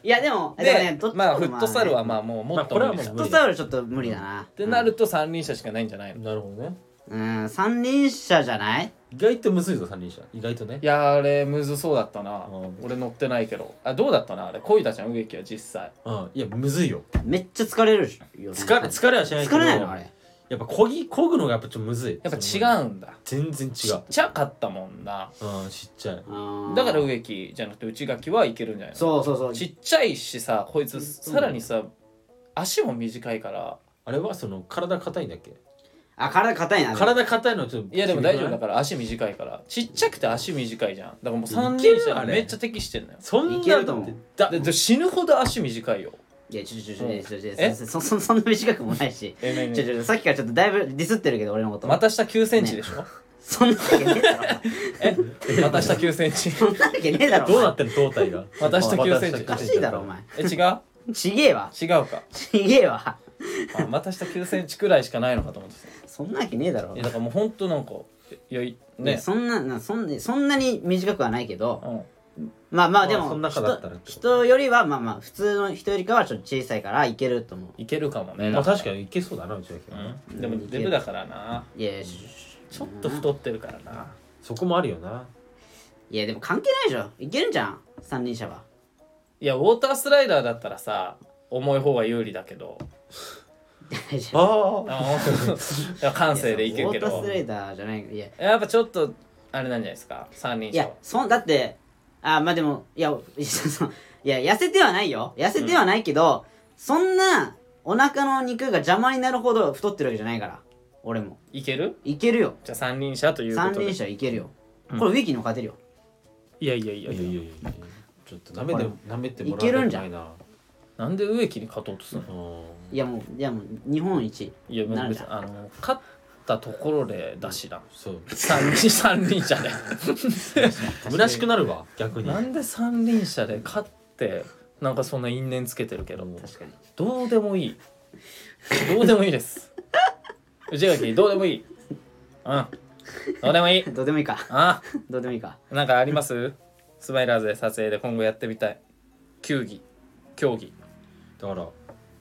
いやでもでもね
で
どっちも
まあ
ね
フットサルはまあもうもっと無理だ
まあこれはも
フ
う無
ッ
理
トサルちょっと無理だな
ってなると三輪車しかないんじゃないの
なるほどね
うん三輪車じゃない
意外とむずいぞ三輪車意外とね
いやーあれむずそうだったな
うん
俺乗ってないけどあどうだったなあれこいたちゃん植木は実際
うんいやむずいよ
めっちゃ疲れるよね
疲れ疲れはしないけど
疲れないのあれ
やっぱこぎこぐのがやっぱちょっとむずい
やっぱ違うんだ
全然違
ちっ
う
ちゃかったもんな
うんちっちゃい
うん
だから植木じゃなくて内垣はいけるんじゃないの
そうそうそう
ちっちゃいしさこいつさらにさ足も短いから
あれはその体硬いんだっけ
あ体硬いな
体硬いのはちょっと
いやでも大丈夫だ
ら
から足短いからちっちゃくて足短いじゃんだからもう三
い
輪
けるよ
車
あ
に
れ
めっちゃ適してんのよ
そんない
けると思う
だ
でで死ぬほど足短いよ
いやちょちょちょ
うん
いやちょちょ
え
そそそ <laughs> そんな短くもないし
えねえねえ
ちょちょさっきからちょっとだいぶディスってるけど俺のこと
股下9センチでしょ、
そんなわけねえだろ
え股下9センチ <laughs>
そんなわけねえだろ
どうなってる胴体が
私と9セ
お
ンチ
前おかしいだろお前
え違う
ちげえわ
違うか
ちげえわ
あ股下9センチくらいしかないのかと思ってた
そんなわけねえだろ
いやだからもうほんとなんかいやい
ね、
ね
そんななそんそんなに短くはないけど
うん
まあまあで
まあそ
も
ん中だったら
人人よりはまあまあ普通の人よりかはちょっと小さいからいけると思う
いけるかもね
まあ確か
に、
にいけそうだなうちだけどね
うん、でもデブだからない
やしし
ちょっと太ってるからな
そこもあるよない
やでも関係ないでしょいけるんじゃん三輪車はい
やウォータースライダーだったらさ重い方が有利だけど
大丈
ああ
あほんといや <laughs> 感
夫
性でいけるけ
ウォーター
ど
スライダーじゃないいや
やっぱちょっとあれなんじゃないですか三輪
い
車
や
は
そんだってあまあでもいや <laughs> そういや痩せてはないよ痩せてはないけど、そんなお腹の肉が邪魔になるほど太ってるわけじゃないから俺も
いける
いけるよ
じゃあ三輪車ということ
三
で
輪車いけるよこれウィキの勝てるよ
いやいやい
い
や
やい
いや
やいやいやちょっと舐めて舐めてもら
いけるんじゃん
いな
なんで植木に勝とうとするの
うん
いやもういやもう日本一
いや
なる
別
じ
に
ゃん
あの勝ったところでだしな
そう
三輪 <laughs> 三輪車で
虚しくなるわ逆に
なんで三輪車で勝ってなんかそんな因縁つけてるけど
確かに <laughs>
どうでもいいどうでもいいです内垣どうでもいいうんどうでもいい
どうでもいいか <laughs>
あ
どうでもいいか
なんかありますスマイラーズで撮影で今後やってみたい球技競技
だから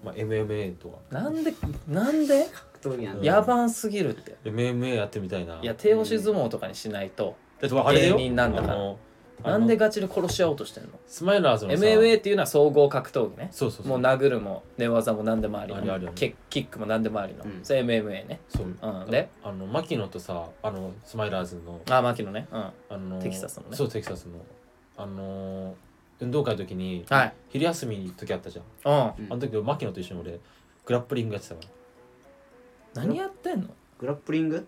まあ MMA とか
なんでなんで
格闘技なんで
野蛮すぎるって
MMA やってみたいない
いや手押し相撲とかにしないと
だってあれだよ
芸人なんだから
あのあの
なんでガチで殺し合おうとしてんの
スマイラーズのさ
MMA っていうのは総合格闘技ね
そうそうそう
もう殴るも寝技も何でもあり
あるあるあ
の
る
キックキックも何でもありの、
うん
それ MMA ね
そう
うんで
あの牧野とさあのスマイラーズの
あ牧野ねうん
あの
テキサスのね
そうテキサスのあの運動会の時に
はい
昼休みの時あったじゃん
うん
うん
あの時牧野と一緒に俺グラップリングやってたから
何やってんの
グラップリング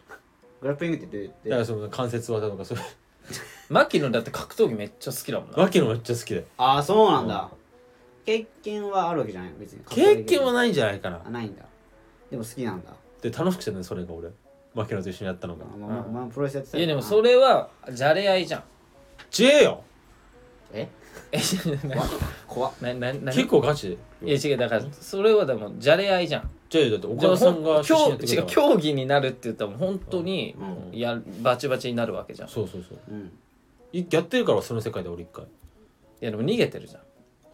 グラップリングってどう
だか
やっ
ら
て
その関節技とかそういう <laughs>
牧野だって格闘技めっちゃ好きだもんな
牧野めっちゃ好きで
ああそうなんだ経験はあるわけじゃない別に
経験は
ない
ないんじゃないかな
あないんだでも好きなんだ
で楽しくてねそれが俺牧野と一緒にやったのが
お前お前もプロレスやってた
いやでも
れ
それはじゃれ合いじゃん
ちえよ
え
え怖っななな
結構ガチ
いや
で
違うだからそれはでもじゃれ合いじゃん
ちえよだってお
でもほ
母さん
ん
が出身や
競
ってくれ
違
た
う
から
競技になるって言ったら本当に
うん
やバチバチになるわけじゃんい
そうそうそう
うん
いやってるからその世界で俺一回
やでも逃げてるじゃ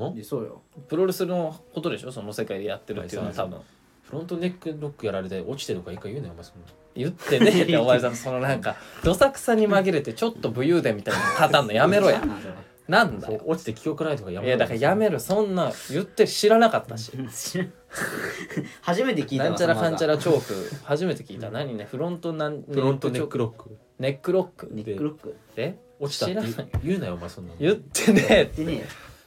ん
でそうよ
プロレスのことでしょその世界でやってるっていうのは多分
フロントネックロックやられて落ちてるとか一回言うなよお前そんな
言ってねえってお前さんそのなんかどさくさに紛れてちょっと武勇伝みたいなの立たんのやめ
<laughs>
ろ
な
や
んだそれ
なんだ
そう
よ
落ちて記憶ないとかや
い
め
やだからやめろそんな言って知らなかったし
知らん初めて聞いたわ
なんちゃらかんちゃ
ら
らチョーク初めて聞いた何ねフロントなん
フロントネック
ロック
ロック
ネックロック
ネックロック
え
落ちたっ
知
て
ら
言
ないう
言うなよお前そんなの
言ってねえ
でね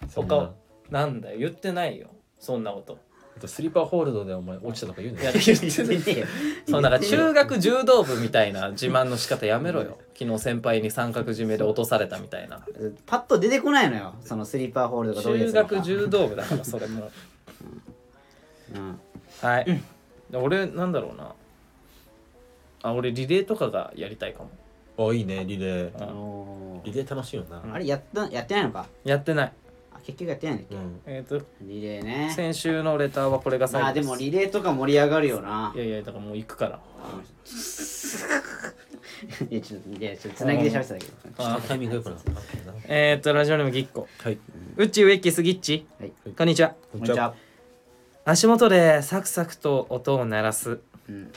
そん
他
な
はなんだよ言ってないよそんなこと
あとスリーパーホールドでお前落ちたとか言うない
や
よ
言っ
言ってて
ね
ねえよ
そのなんか中学柔道部みたいな自慢の仕方やめろよ昨日先輩に三角締めで落とされたみたいな
パッと出てこないのよそのスリーパーホールとかどういうや
中
つなのか
学柔道部だからそれも
うん
はい、で俺なんだろうなあ俺リレーとかがやりたいかも
あいいねリレー
あ
お
リ
ー
レー楽しいよな
あれやったやってないのか
やってない
あ結局やってないんだっけ
うん
えっ、と
リレーね
先週のレターはこれが最
ま
後
あで
です
もリレーとか盛り上がるよない
やいやだからもう行くから
いやちょっといやちょっとつなぎで喋ってたけど
タイミングよくなかったな
<laughs> えっ、とラジオネームぎっこ
はい
ウッチウエッキスギッチ
はい
は
こんにちは
こんにちは。
足元でサクサクと音を鳴らす
うん。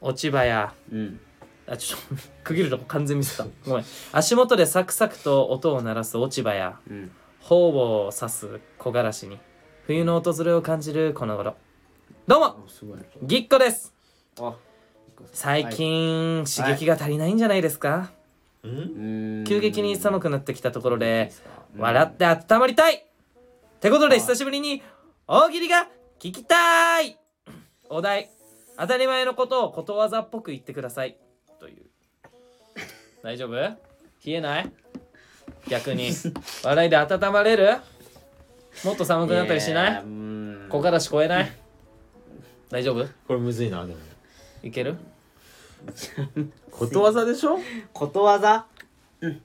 落ち葉や
うん。
あちょっと <laughs> 区切るとこ完全ミスった
<laughs>
ごめん足元でサクサクと音を鳴らす落ち葉や
うん。
頬を刺す木枯らしに冬の訪れを感じるこの頃どうも
あ、すごい。
ぎっこです
あ。
最近、刺激が足りないんじゃないですか、
うん
はい。
急激に寒くなってきたところで
うん
笑って温まりたいってこと
あ
で久しぶりに大喜利が聞きたいお題当たり前のことをことわざっぽく言ってくださいと
<laughs>
いう大丈夫冷えない逆に笑いで温まれるもっと寒くなったりしない
うん。
木枯らし超えない大丈夫
これむずいなでも
いける
ことわざでしょ
ことわざ。うん。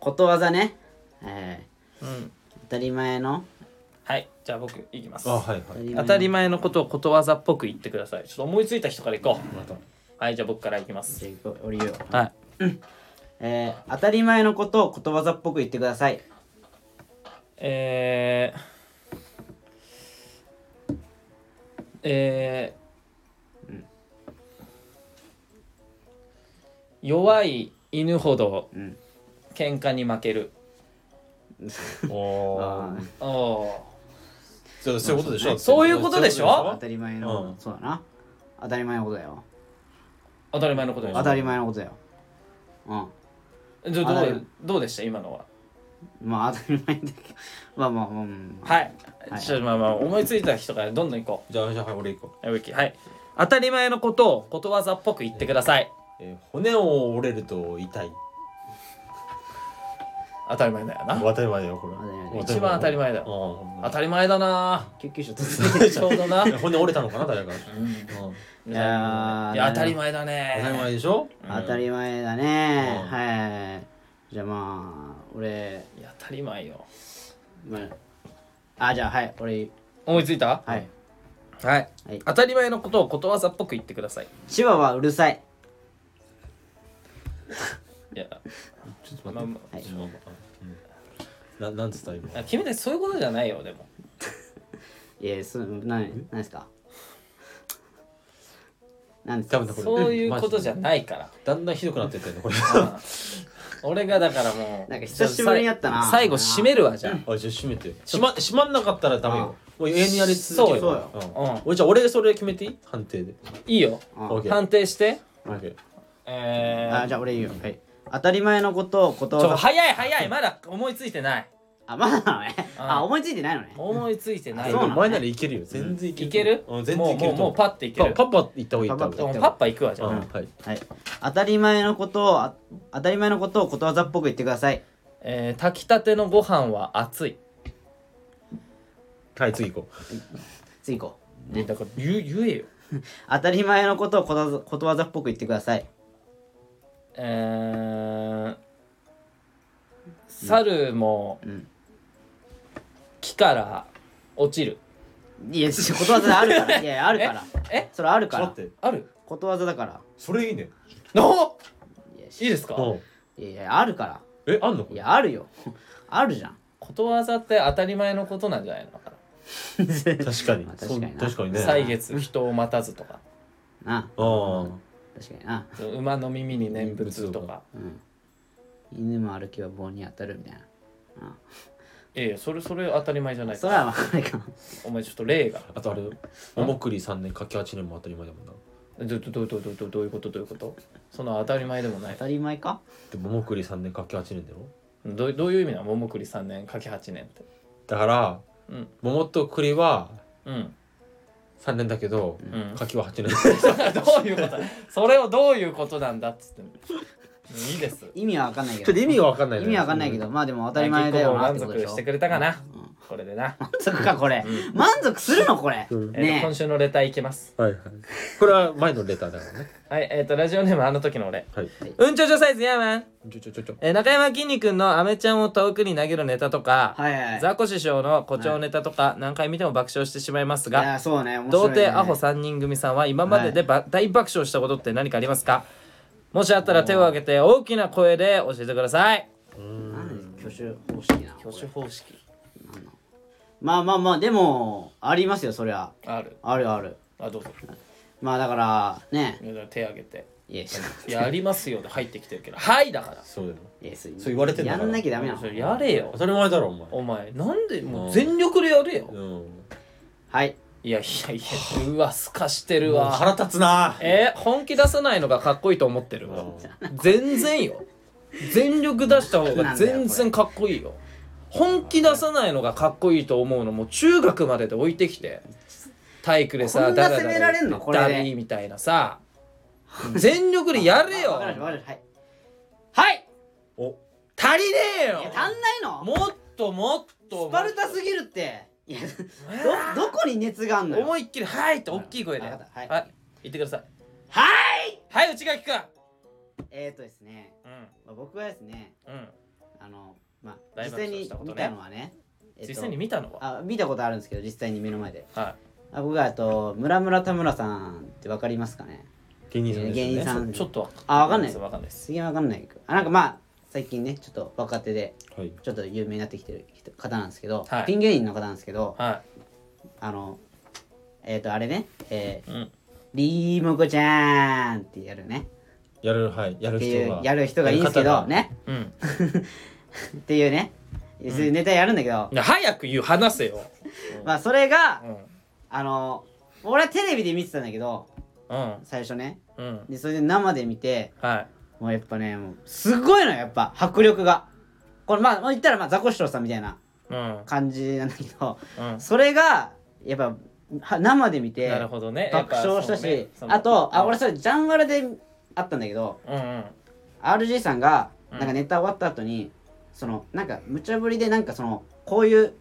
ことわざね。はい。
うん
当たり前の。
はいじゃあ僕いきます
あはいは
当
い
前の
当たり。前のことをことわざっぽく言ってくださいちょっと思いついた人からいこう
また
はいじゃあ僕からいきます
じゃあ行こう降りよう。
はい
えー、当たり前のことをことわざっぽく言ってください。
えーえー弱い犬ほど
うん。
喧嘩に負ける
お
あ
ー
ー
おお
そうそういうことでしょ
そういうことでしょ
当たり前の、
うん
そうだな。当たり前のことだよ。
当たり前のことでしょ
当たり前のことだよ。うん。
どど
当た
う
り
どうでした今のは
まあ当たり前だけど、まあまあ、
<laughs>
うん。
はい、
はい
ちょっとまあまあ思いついた人からどんどんいこ
じゃあじゃあはい俺行こう
うはいウィキはい当たり前のことをことわざっぽく言ってください
えー骨を折れると痛い
当たり前だよな
当たり前だよこれ
一番当たり前だよ当
当
たり前だな <laughs>
救急車突 <laughs> 然。
ちょうどない
骨折れたのかな誰か
やー
や当たり前だ
当たり
ね
前でしょ
当たり前だね。
うん
はい。じゃあまあ、俺、
いや当たり前よ
まあ、あ、じゃあはい、俺、
思いついた
はい。
はい
はい
当たり前のことをことわざっぽく言ってください
千葉はうるさい。
いや
ちょっと待って
はい
ちょっと待ってななんつった今
あ君たちそういうことじゃないよでも
いや、そななんですかなんです
多
か
分ねこれ
そういうことじゃないから
だんだんひどくなってったよねこれ
うん俺がだからもう
なんか久しぶりにやったな
さ最後締めるわじゃあ
あじゃあ閉めて閉ま閉まんなかったらダメよもう永遠にやり続け
そう
る
よ
そう
うん
うん
俺じゃあ俺それ決めていい判定で
いいよ
うん
オッケー
判定して
オッケー
え
あ、
ー
じゃあ俺言うよ。はい。当たり前のことをこと
ちょ
わざ。
早い早いまだ思いついてない
あ、まだなのね。
うん
あ、思いついてないのね。
思いついてない
あ
で
そうな
も
の
前ならいけるよ全然いける
いける
うん全
も
然
う
いけ
も
る
う
と
も
思
うパッていける
パパパ行った方がいい
パパ
多
でも
分
パッパ行くわじゃ
うん
あ
はい
はい。当たり前のことをあ、当たり前のことをことわざっぽく言ってください。
えー炊きたてのご飯は熱い。
はい次行こう
次行こう。
だから言う言えよ。
当たり前のことをことわざことわざっぽく言ってください。
えー、猿も
うん
木から落ちる。
いや、ちょことわざである
<laughs>
から。いや、あるから。
え
それある
ち
か
ょっ
ら
と。待って
ある
ことわざだから。
それいいね
の
いやし
いいですか
うん
いやいや、あるから。
えあんのこ
い
れ
や、あるよ。あるじゃん。
ことわざって当たり前のことなんじゃないのか
<laughs> 確かに
まあ
そ
確
う
かにな
確かに
な。
ね
歳月人を待たずとか、 <laughs>
なあ、
うん
確かにな。
馬の耳に念仏とか。
うん。犬も歩きは棒に当たるみたいな。
いやいや、それそれ当たり前じゃない
それはわかんないかも。
お前ちょっと例が。
あとあれよ桃栗3年柿8年も当たり前だもんな
どどどどどどどういうことどういうことその当たり前でもない
当。たり前か
で桃栗3年柿8年だろ
どうどういう意味なの桃栗3年かけ8年って。
だから
うん
桃と栗は
うん。
3年だけど
うん
柿は8年
<laughs> どういうことそれをどういうことなんだっつってんのいいです
意味はわかんないけ
ちょっと
ど。
意味が分かんない
意味わかんないけど、まあでも当たり前だよなって
満
ことでし
足
ょ。
してくれたかな
うん
これでな、
満足か、これ。満足するの、これ。
うん
えーと
ね
今週のレターいきます
はいはいこれは前のレターだからね
はいえっ、とラジオネームあの時の俺
はい
うんちょちょサイズヤーマン、
ちょちょちょちょ
えー中山きんに君のアメちゃんを遠くに投げるネタとか、
はいはい。
ザコ師匠の誇張ネタとか、何回見ても爆笑してしまいます
い
が、
やそうね面白
童
いね
貞アホ3人組さんは今まででば、大爆笑したことって何かありますかもしあったら手を挙げて大きな声で教えてください
なんで挙手方式なのこれ
方式
まあまあまあでもありますよそりゃ
ある
あるある
あどうぞ
まあだからね
いやだから手挙げて
イエス
いやありますよで入ってきてるけどはいだから
そうだよ
イエス
そう言われてんだ
や
から
んなきゃダメなの
それやれよ
当たり前だろお前
お前なんでも
う
うん全力でやれよ
うん
はい
いやいやいやうわすかしてる
もう
わ
腹立つな
えー本気出さないのがかっこいいと思ってるわ
うん
全然よ全力出した方が全然かっこいいよ本気出さないのがかっこいいと思うのも中学までで置いてきて体育で
こ
さ
んな
ダラ
責め
ダ
ら
ラ
れんのこれで
ダリーみたいなさ全力でやれよ
わかるわかるはい
はい
お
足りねえよ
いや足んないの
もっともっと
スパルタすぎるっていや
え
ど <laughs> どこに熱があんの
ー
よ
思いっきり「はい」って大きい声で
わ
は
かったはい
い言ってください
はい
はい内垣君
えっ、ー、とですね、
うん
まあ、僕はですね
うん
あのまあ
大
実
爆
際
笑
に
したことね
見たのはね、えっと
実際に見たのは
あ見たことあるんですけど実際に目の前で
は
あ僕はあと村村田村さんってわかりますかね
芸人さんですよ
芸人さ
ね
ん
いちょっとわかん
あわかんない
ですわかんないです
次はわかんないあなんかまあ最近ねちょっと若手で
はい
ちょっと有名になってきてる人方なんですけど、
はい
ピン芸人の方なんですけど
は
あのえっ、ー、とあれね、え
いうん
ー、リーモコちゃーんってやるね
やるはいやる
ってい
人
う
が
やる人がいいんですけ
やる
ど
方が
ね
うん
っていうねそういうネタやるんだけど、
いや早く言う話せよ
まあそれが
うん
あの俺はテレビで見てたんだけど
うん
最初ね
うん
でそれで生で見て
はい
もうやっぱねもうすごいのよやっぱ迫力がこれまあまあ言ったらまあザコシショウさんみたいな
うん
感じなんだけど
うん
それがやっぱは生で見て
なるほどね
爆笑したし、
やっぱそうね
あとあ俺
そ
それジャンガラであったんだけど
のうんうん
RG さんが
うん
なんかネタ終わった後に、そのなんか無茶ぶりでなんかそのこういう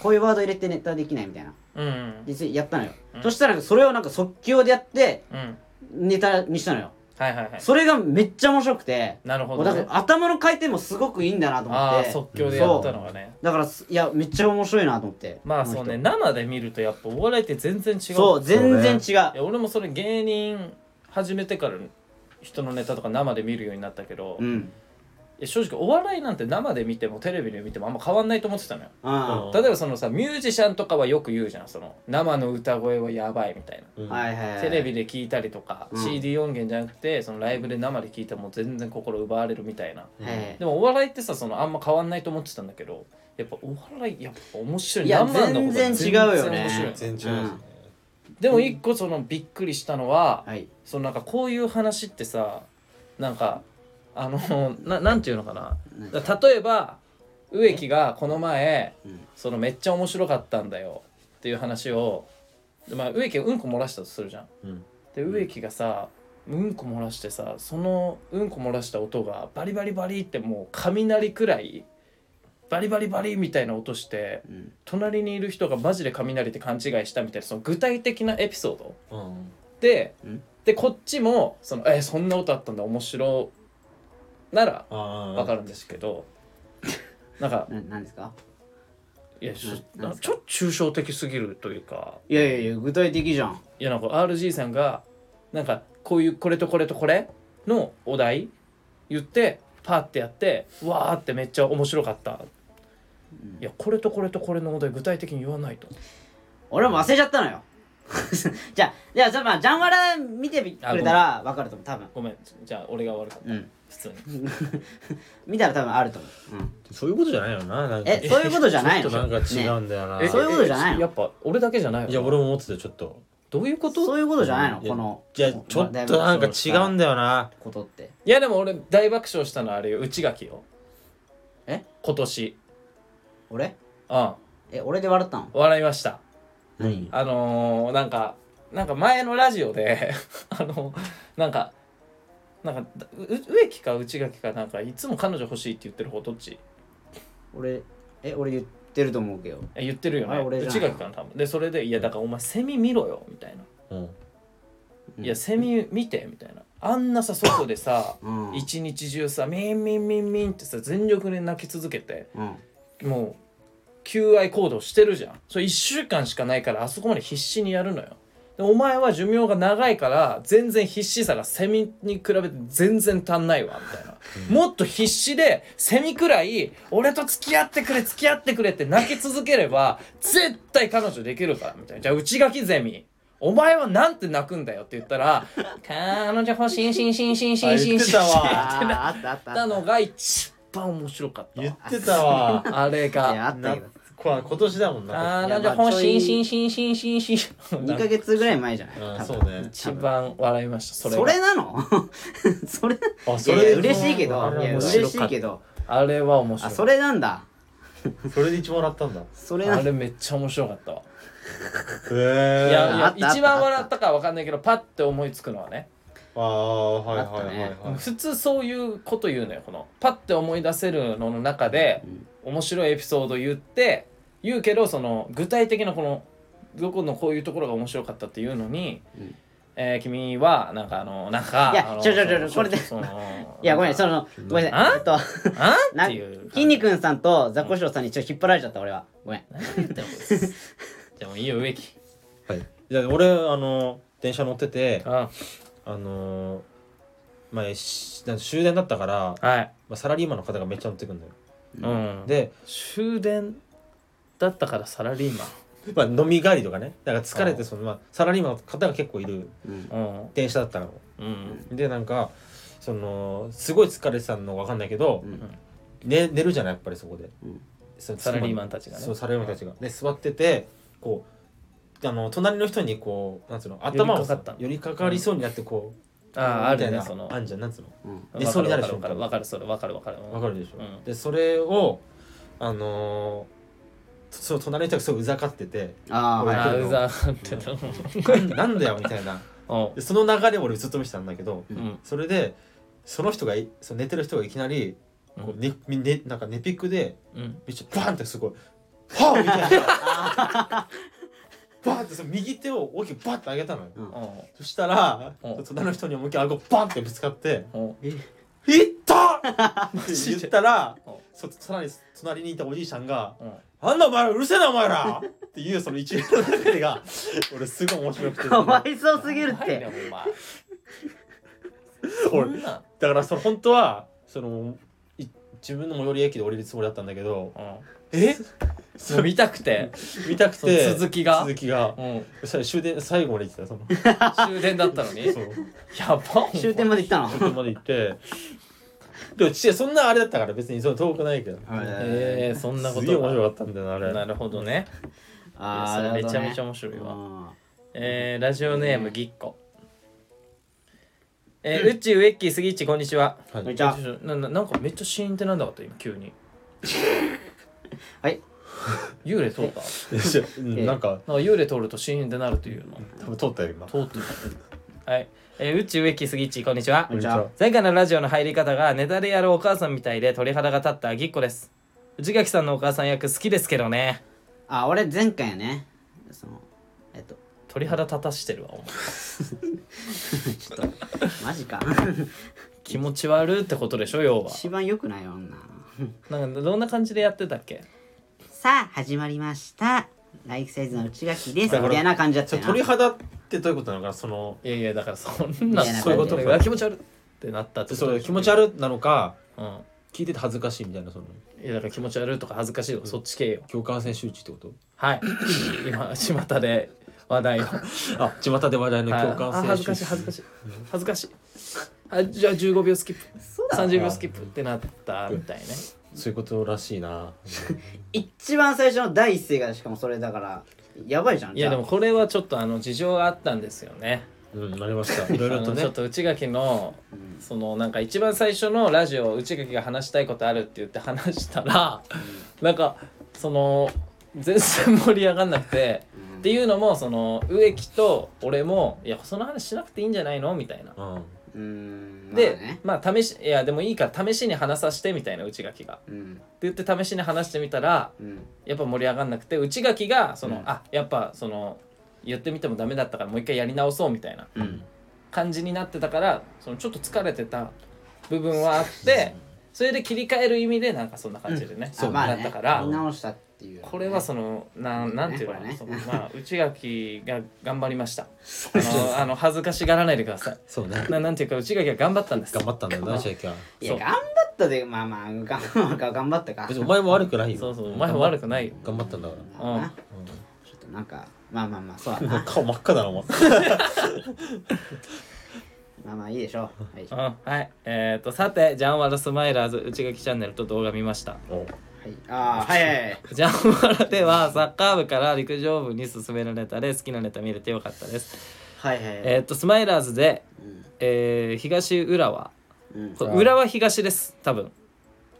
こういうワード入れてネタできないみたいな
うんうん
実やったのよ、
うん
そしたらなんかそれをなんか即興でやって
うん
ネタにしたのよ
はいはいはい
それがめっちゃ面白くて
なるほ
もう
ど
だ
ね
から頭の回転もすごくいいんだなと思
ああ
って
即興でやったのがね
だからすいやめっちゃ面白いなと思って
まあ
この
そう
人
ね生で見るとやっぱお笑いって全然違う
そう全然違
いうや俺もそれ芸人始めてから人のネタとか生で見るようになったけど、
う
い
ん
や正直お笑いなんて生で見てもテレビで見てもあんま変わんないと思ってたのよ
あ
例えばそのさミュージシャンとかはよく言うじゃんその生の歌声はやばいみたい
うん
あはいはいは
ないテレビで聞いたりとか、
うん
CD 音源じゃなくてそのライブで生で聞いても全然心奪われるみたいな
はい
でもお笑いってさそのあんま変わんないと思ってたんだけどやっぱお笑いやっぱ面白い
いや
生の方が
全然違うよね
全然面白い
全然違いますね
でも一個そのびっくりしたのは、
はい
そのなんかこういう話ってさなんかあのななんていうのかな
何
だ例えば植木がこの前
うん
そのめっちゃ面白かったんだよっていう話を、でまあ、植木がうんこ漏らしたとするじゃん。
うん
で植木がさうんこ漏らしてさそのうんこ漏らした音がバリバリバリってもう雷くらいバリバリバリみたいな音して
うん
隣にいる人がマジで雷って勘違いしたみたいなその具体的なエピソード、
うん
で
うん
でこっちもその「えそんな音あったんだ面白い」なら
あ
わかるんですけど、なんか
ななんですか
いやちょ
ななん
な
す
ちょっと抽象的すぎるというか
いやいやいや具体的じゃん
いやなんか RG さんがなんかこういうこれとこれとこれのお題言ってパーってやってわーってめっちゃ面白かった。いやこれとこれとこれのお題具体的に言わないと
俺も忘れちゃったのよじゃあじゃあじゃあまあジャンワラ見てみくれたら分かると思う多分
ごめんじゃあ俺が悪かった
うん
普通に
見たら多分あると思う、うん
そういうことじゃないよななんか
えそういうことじゃない
ちょ
の
っとなんか違うんだよな、
ねそういうことじゃないの
やっぱ俺だけじゃないよない
や俺も思ってたよちょっと
どういうこと
そういうことじゃないの
いや
この
いやちょっとなんか違うん
だ
だよな
ことって
いやでも俺大爆笑したのはあれよ内垣よ
え
今年
俺
うん
え俺で笑ったの
笑いました
何
あのー、なんかなんか前のラジオで <laughs> あのなんかなんかう植木か内垣かなんかいつも彼女欲しいって言ってる方どっち
俺え俺言ってると思うけど
え言ってるよ
あ
ね
れ俺じゃない
内垣かな多分でそれで「いやだからお前セミ見ろよ」みたいな
うん
「
うん
いやセミ見て」みたいなあんなさ外でさ
うん
一日中さミンミンミンミンってさ全力で泣き続けて
うん
もう求愛行動してるじゃんそれ1週間しかないからあそこまで必死にやるのよでお前は寿命が長いから全然必死さがセミに比べて全然足んないわみたいな、もっと必死でセミくらい俺と付き合ってくれ付き合ってくれって泣き続ければ絶対彼女できるからみたいなじゃあ内垣ゼミお前はなんて泣くんだよって言ったら「彼女欲しいしんしんしんしんしんしん」
あ言ってたわ
あーあったあった
った
あ
の
っ
が一番面白かった
言
わ
ってたわ
あれ
たいやあ
が
ったけど
こ今年だもんな
あー
い
な
や
んじゃ
まあ
本心心心心心心
2ヶ月ぐらい前じゃない
うん
多
そう
分
ね
一番笑いましたそ
そ
れ
れ
が
なのそれ
あ
いやいや
で
嬉しいけど
あれはい
や
面
嬉
白
しいけど
あれは面白
あ
い
それなんだ
それで一番笑ったんだへ
それな
あ
んだ
れめっちゃ面白かったわい
え
やい
あ
や
ったあった
一番笑ったかわかんないけどパッて思いつくのはね
ああはい
あ
は
っ
い
た
はい
ね
はい
普通そういうこと言うのよこのパッて思い出せるのの中で面白いエピソード言って言うけどその具体的なこのどこのこういうところが面白かったっていうのに、
うん
えー君はなんかあのなんか
いや
あの
ちょちょちょちょ
その
これで
その
いやごめん
な
そ
か
のごめんなさい
あ
えっと
あ
なん
って
き
いう感じ
んに君さんとザコシロウさんにちょっと引っ張られちゃった俺はごめん
何言ってんのこいつでもいいよ植木
はいじゃあ俺あの電車乗ってて
うん
あのーまあしなんか終電だったから、ま
はい
あ、サラリーマンの方がめっちゃ乗ってくんだよ
うんで
で、
終電だったからサラリー
まあ、飲み帰りとかねだから疲れてその、まあ、サラリーマンの方が結構いる
うん
マン
電車だったの
うんうん
でなんかそのすごい疲れてたのが分かんないけど、
うん
ね、寝るじゃないやっぱりそこで、
うん
その
サラリーマンたちがね
そうサラリーマンたちがで座っててこうあの隣の人にこうなんつうの頭を
寄りかか
さ
ったの
寄りかかりそうになってこう、
あああ
みた
る
い
ね
な
その
あんじゃんなんつうの
うん
で
わ
そ
か
うに
るわ
なる
か
瞬
るわかるわ
間
かるそれわかるわかる
わかるでしょ、
うん
でそれをあのーそう隣の人がすごいうざかってて
ああは
俺
い
あ
は
ー
いう
ざーってた
なんなんだよみたいな
お
でその流れを俺ずっと見てたんだけど
うん
それでその人がいその寝てる人がいきなりこう、ねみね、なんか寝ピックで
うん
めっちゃバーンってすごい「はぁみたいなバーンってその右手を大きくバーンって上げたのよ、
うん
お
そしたら
うん
隣の人に思いっきり顎バーンってぶつかって
お
え
「いった!」って言ったら
お
そさらに隣にいたおじいちゃんが
うん
「なんだお前らうるせえなお前ら!」っていうその一連の流れが俺すごい面白くて
<laughs> かわいそうすぎるっ
うまいね
て
お前そ
俺
んな
だからその本当はそのい自分の最寄り駅で降りるつもりだったんだけど
えそう見たくて
見たく
その
て
続きが
続きが
うん
それ終電最後まで行ってたその
終電だったのにや
そう
ばお前
終点まで行ったの
終電まで行ってでもちそんなあれだったから別にその遠くないけど
えーそんなこ
す
と
げえ面
が
白かったんだよなあれ
なるほどねいや
あ
そ
あ
れめちゃめちゃ
面
面白いわ、
わ
えーラジオネームぎっこえー、うっちーうえっきーすぎっちこんにちは
はい
こん
<laughs>
にちは
なななんかめっちゃシーンってなんだかった今急 <laughs> に
はい
幽霊通った
よしうんなんか
なんか幽霊通るとシーンってなるというの
多分通ったよ今
通ってるはい、えー、うっちーうえっきーすぎっちこんにちは
こんにち
こん
は
に
前回のラジオの入り方がネタでやるお母さんみたいで鳥肌が立ったぎっこです内垣さんのお母さん役好きですけどね
あ俺前回ねそのえっと
鳥肌立たしてるわお前
ちょっと <laughs> マジか
気持ち悪いってことでしょ要は
一番良くないよ女
なんかどんな感じでやってたっけ
<laughs> さあ始まりましたライフサイズの内垣です
だから
みたいな感じだっ
ち
た
ょ
よ
鳥
な
肌ってどういうことなのかなその
いやいやだからそんな
嫌な
そういうこと
感
じ
が気持ち悪いってなったってこと
そ
で
う
しょ
気持ち悪なのか
うん
聞いてて恥ずかしいみたいなその
いやだから気持ち悪いとか恥ずかしいとかそっち系よ
共感性周知ってこと
はい <laughs> 今巷で話題を
あ巷で話題の
はい
共
あ
感
恥ず
性
か
周
しい恥ずか
知
しい恥ずかしいあじゃあ15秒スキップ30秒スキップってなったみたいね
そういうことらしいな
一番最初の第一声がしかもそれだからやばいじゃん
いや
じ
で
ゃあ
もこれはちょっとあの事情があったんですよね
うんありましたいろいろと
あの
ね
ちょっと内垣の
うん
そのなんか一番最初のラジオ内垣が話したいことあるって言って話したら、なんかその全然盛り上がんなくて、
うん
っていうのもその植木と俺も「いやその話しなくていいんじゃないの?」みたいな。
うん
うーんま
で、
あね
まあ試しいやでもいいから試しに話させてみたいな内垣が。って
うん
言って試しに話してみたら
うん
やっぱ盛り上がんなくて内垣がそ
う
の、
ん
あやっぱその言ってみてもダメだったからもう一回やり直そうみたいな
うん
感じになってたからそのちょっと疲れてた部分はあってそれで切り替える意味でなんかそんな感じでね、
あまあ
な
ね
ったから、
見直したっていう、
これはそのなんなんていうの、
ね
そ
こ
の
れね
まあ内垣が頑張りました。あのあの恥ずかしがらないでください。
そうね
ななんていうか内垣が頑張ったんです。
頑張ったんだよなシェイキャ
いや
そう
頑張ったでまあまあ頑張 <laughs> ったか頑張ったか
別にお前も悪くないよ
そうそうお前も悪くないよ。
頑張ったんだから
まあな
うん
ちょっとなんかまあまあまあ
<laughs>
そうだ
もう
な
顔真っ赤だなお前
まあまあいいでしょうはい、
うん
はい、
はい。えっ、とさてジャンワラスマイラーズ内垣チャンネルと動画見ました。
ああはいはいはい
ジャンワラではサッカー部から陸上部に進められたで好きなネタ見れてよかったです。
はいはいはい
えっ、とスマイラーズで、
うん
えー、東浦和
うん
こ
あ
れ
ー
浦和東です多分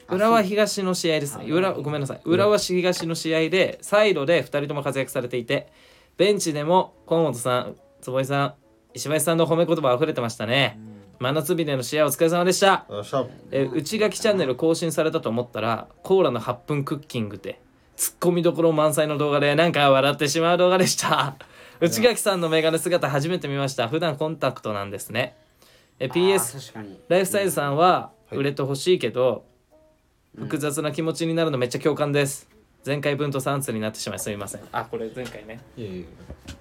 あ
浦和東の試合ですね
そう
浦ごめんなさい浦和東の試合でサイドで2人とも活躍されていてベンチでも河本さん坪井さん石橋さんの褒め言葉溢れてましたね真夏日での試合お疲れ様でした
あシャープ
えー内垣チャンネル更新されたと思ったらコーラの8分クッキングでツッコミどころ満載の動画でなんか笑ってしまう動画でした <laughs> 内垣さんのメガネ姿初めて見ました普段コンタクトなんですねえー
あ
PS
ー確かに
ライフサイズさんは
うん
売れてほしいけど、複雑な気持ちになるのめっちゃ共感です前回分と3つになってしまいすみませんあこれ前回ね
いやいやいや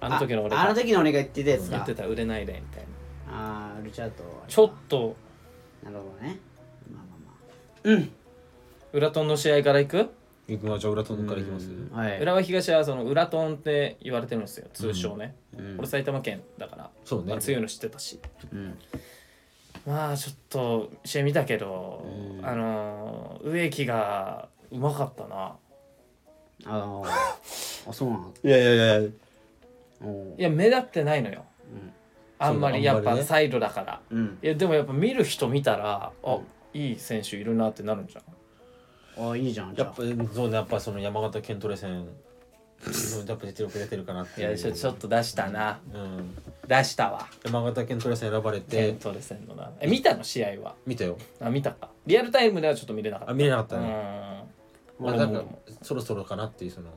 あの時の俺
ああの
が
時の俺が言ってたやつ
言
だ
ってた売れないでみたいな
ああルチャート
ちょっと
なるほどねまあ
裏トンの試合から行く
行くまじゃあ裏とのから行きます
まあまあはい
浦和東はその裏トンって言われてるんですよ通称ね、
うん
俺埼玉県だから、
そうね
まあ強いの知ってたし
うん
まあちょっと試合見たけど、
うん
あのー植木がうまかったな
あのーあそうなんだ
いやいやいや
お
い
ー
や目立ってないのよ
うん
あんまり
そう
や
あ
っ
んまりね
ぱサイドだから、
うん
いやでもやっぱ見る人見たらあ、いい選手いるなってなるんじゃん
あいいじゃんじ
や
ゃあ
っぱそうねやっぱその山形県トレ戦やっぱ実力出てるかなって
い
いう
やちょちょっと出したな、
うん
出したわ
山形県トレ戦選ばれ
点
て
取れせんのなえ見たの試合は
見たよ
あ見たかリアルタイムではちょっと見れなかった
あ見れなかった
う
ね
ーん
まあ、
俺
なん
も
かそろそろかなっていうその,、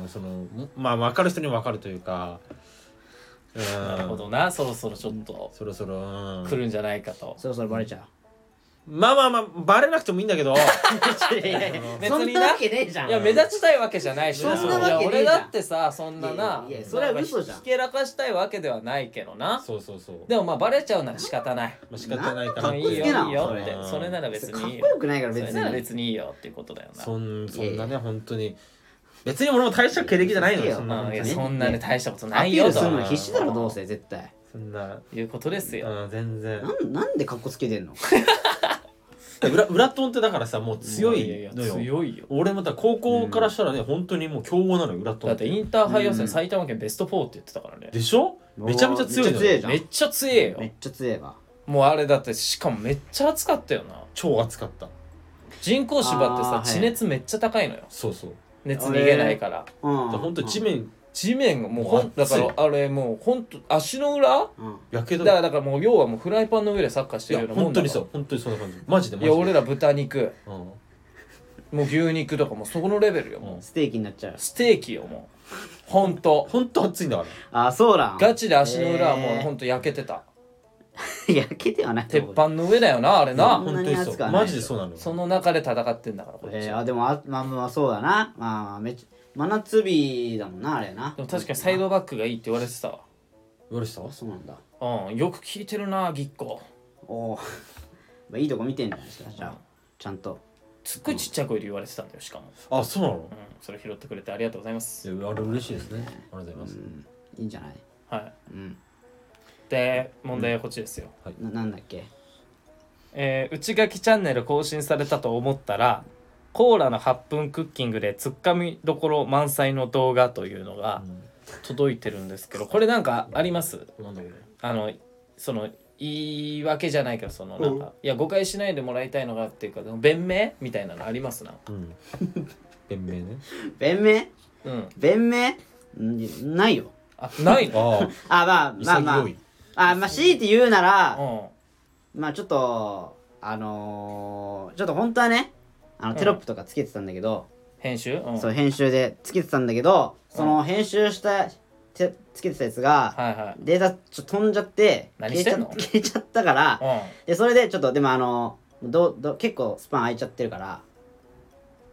うん、そのもまあ分かる人には分かるというか、うん、
なるほどなそろそろちょっと
そろそろ、うん
来るんじゃないかと、
そろそろバレちゃ
まあまあまあバレなくてもいいんだ
<laughs>
けど
ういやいやいや
別にな
そんなわけねえじゃん
いや目立ちたいわけじゃないし
そんな
そう
わけねえ
いや
じゃん
俺だってさそんなない
やいやいやそれは嘘じゃん
ひけらかしたいわけではないけどな
そうそうそう、
でもまあバレちゃうなら仕方ない
まあ、仕方ないかな
ま
っ
あ
て
い
い
いよ
好きなの
いいよっ
そ
て
れ
それなら別
かっ
に
こ
いいよ
よくないから
そ
別
れなら
に
別にいいよっていうことだよな
そんそんないね本当に別に俺も大した経歴じゃないのよそんな
うんいや
ね
そんなね大したこと
ア
ない
ピー
よ
ルす
と
るの
は
必死だろどうせ絶対
そんな、
いうことですよ。
うん、全然
なんなんで格好つけてんの
裏裏トンってだからさもう強い
やや
のよ
強いよ。
俺もだから高校からしたらね、本当にもう強豪なのよ裏トン
だってインターハイ予選埼玉県ベスト4って言ってたからね。
でしょめちゃめちゃ強い
めっちゃ
の
強
よ
いじゃん
めっちゃ強えよ
めっ。ちゃ強えわ
もうあれだってしかもめっちゃ暑かったよな。
超熱かった
人工芝って
あーは
さ
い
地熱めっちゃ高いのよ。
そうそう
熱逃げないから。
うん
だから本当地面
地面がもうほん
もう
だ
熱
か
い
らあれもうほんと足の裏
うん
やけど
だからだからもう要はもうフライパンの上でサッカーして
い
るよ
や
うなも
本
ん
当
だ
に
から
そう本当にそんな感じマジでマ
い
ジ
や
で
俺ら豚肉
うん
もう牛肉とかもうそこのレベルよもう
うん
ステーキになっちゃう
ステーキよもうほんと
本当熱いんだから
あそうなん
ガチで足の裏はも
へ
う
ー
ほんと焼けてた
焼けてはないと
鉄
思う
板の上だよなあれな
そんな
本
に
当に
熱
そ
くは
う
ない
マジでそうなのよ
その中で戦ってんだからこっち
えー、
は
あでもあまあまあそうだなまあまあめっちゃ真夏日だもんなあれな
でも確かにサイドバックがいいって言われてた
よろしさ
あそうなんだ
わうんよく聞いてるなぎっこ
おおまあいいとこ見てんじゃないですかじゃあちゃんと
すっごいちっちゃい声で言われてたんだよしかも、
あそうなの
うん、それ拾ってくれてありがとうございます
いやあれ嬉しいですねありがとうございます
いいんじゃない
はい
うん
で問題はこっちですよ、
ななんだっけ
えー内垣チャンネル更新されたと思ったらコーラの8分クッキングでツッカみどころ満載の動画というのが届いてるんですけどこれなんかあります
なんだこれ
あのその言い訳じゃないけどそのなんか、いや誤解しないでもらいたいのがっていうか弁明みたいなのありますな
うん弁明ね
弁明
うん
弁明んないよ
あない <laughs> の
あ
あまあ
あ
まあま
潔
あ
い
あまあ強いて言うなら、
う
まあちょっとあのー、ちょっと本当はねあの
ん
テロップとかつけてたんだけど、
ん編集うん
そう
はい
編集でつけてたんだけどその編集したてつけてたやつが、
は
データちょっと飛んじゃって
何してんの
消え
<laughs>
ちゃ消えちゃったから
い
でそれでちょっとでもあのどうどう結構スパン空いちゃってるから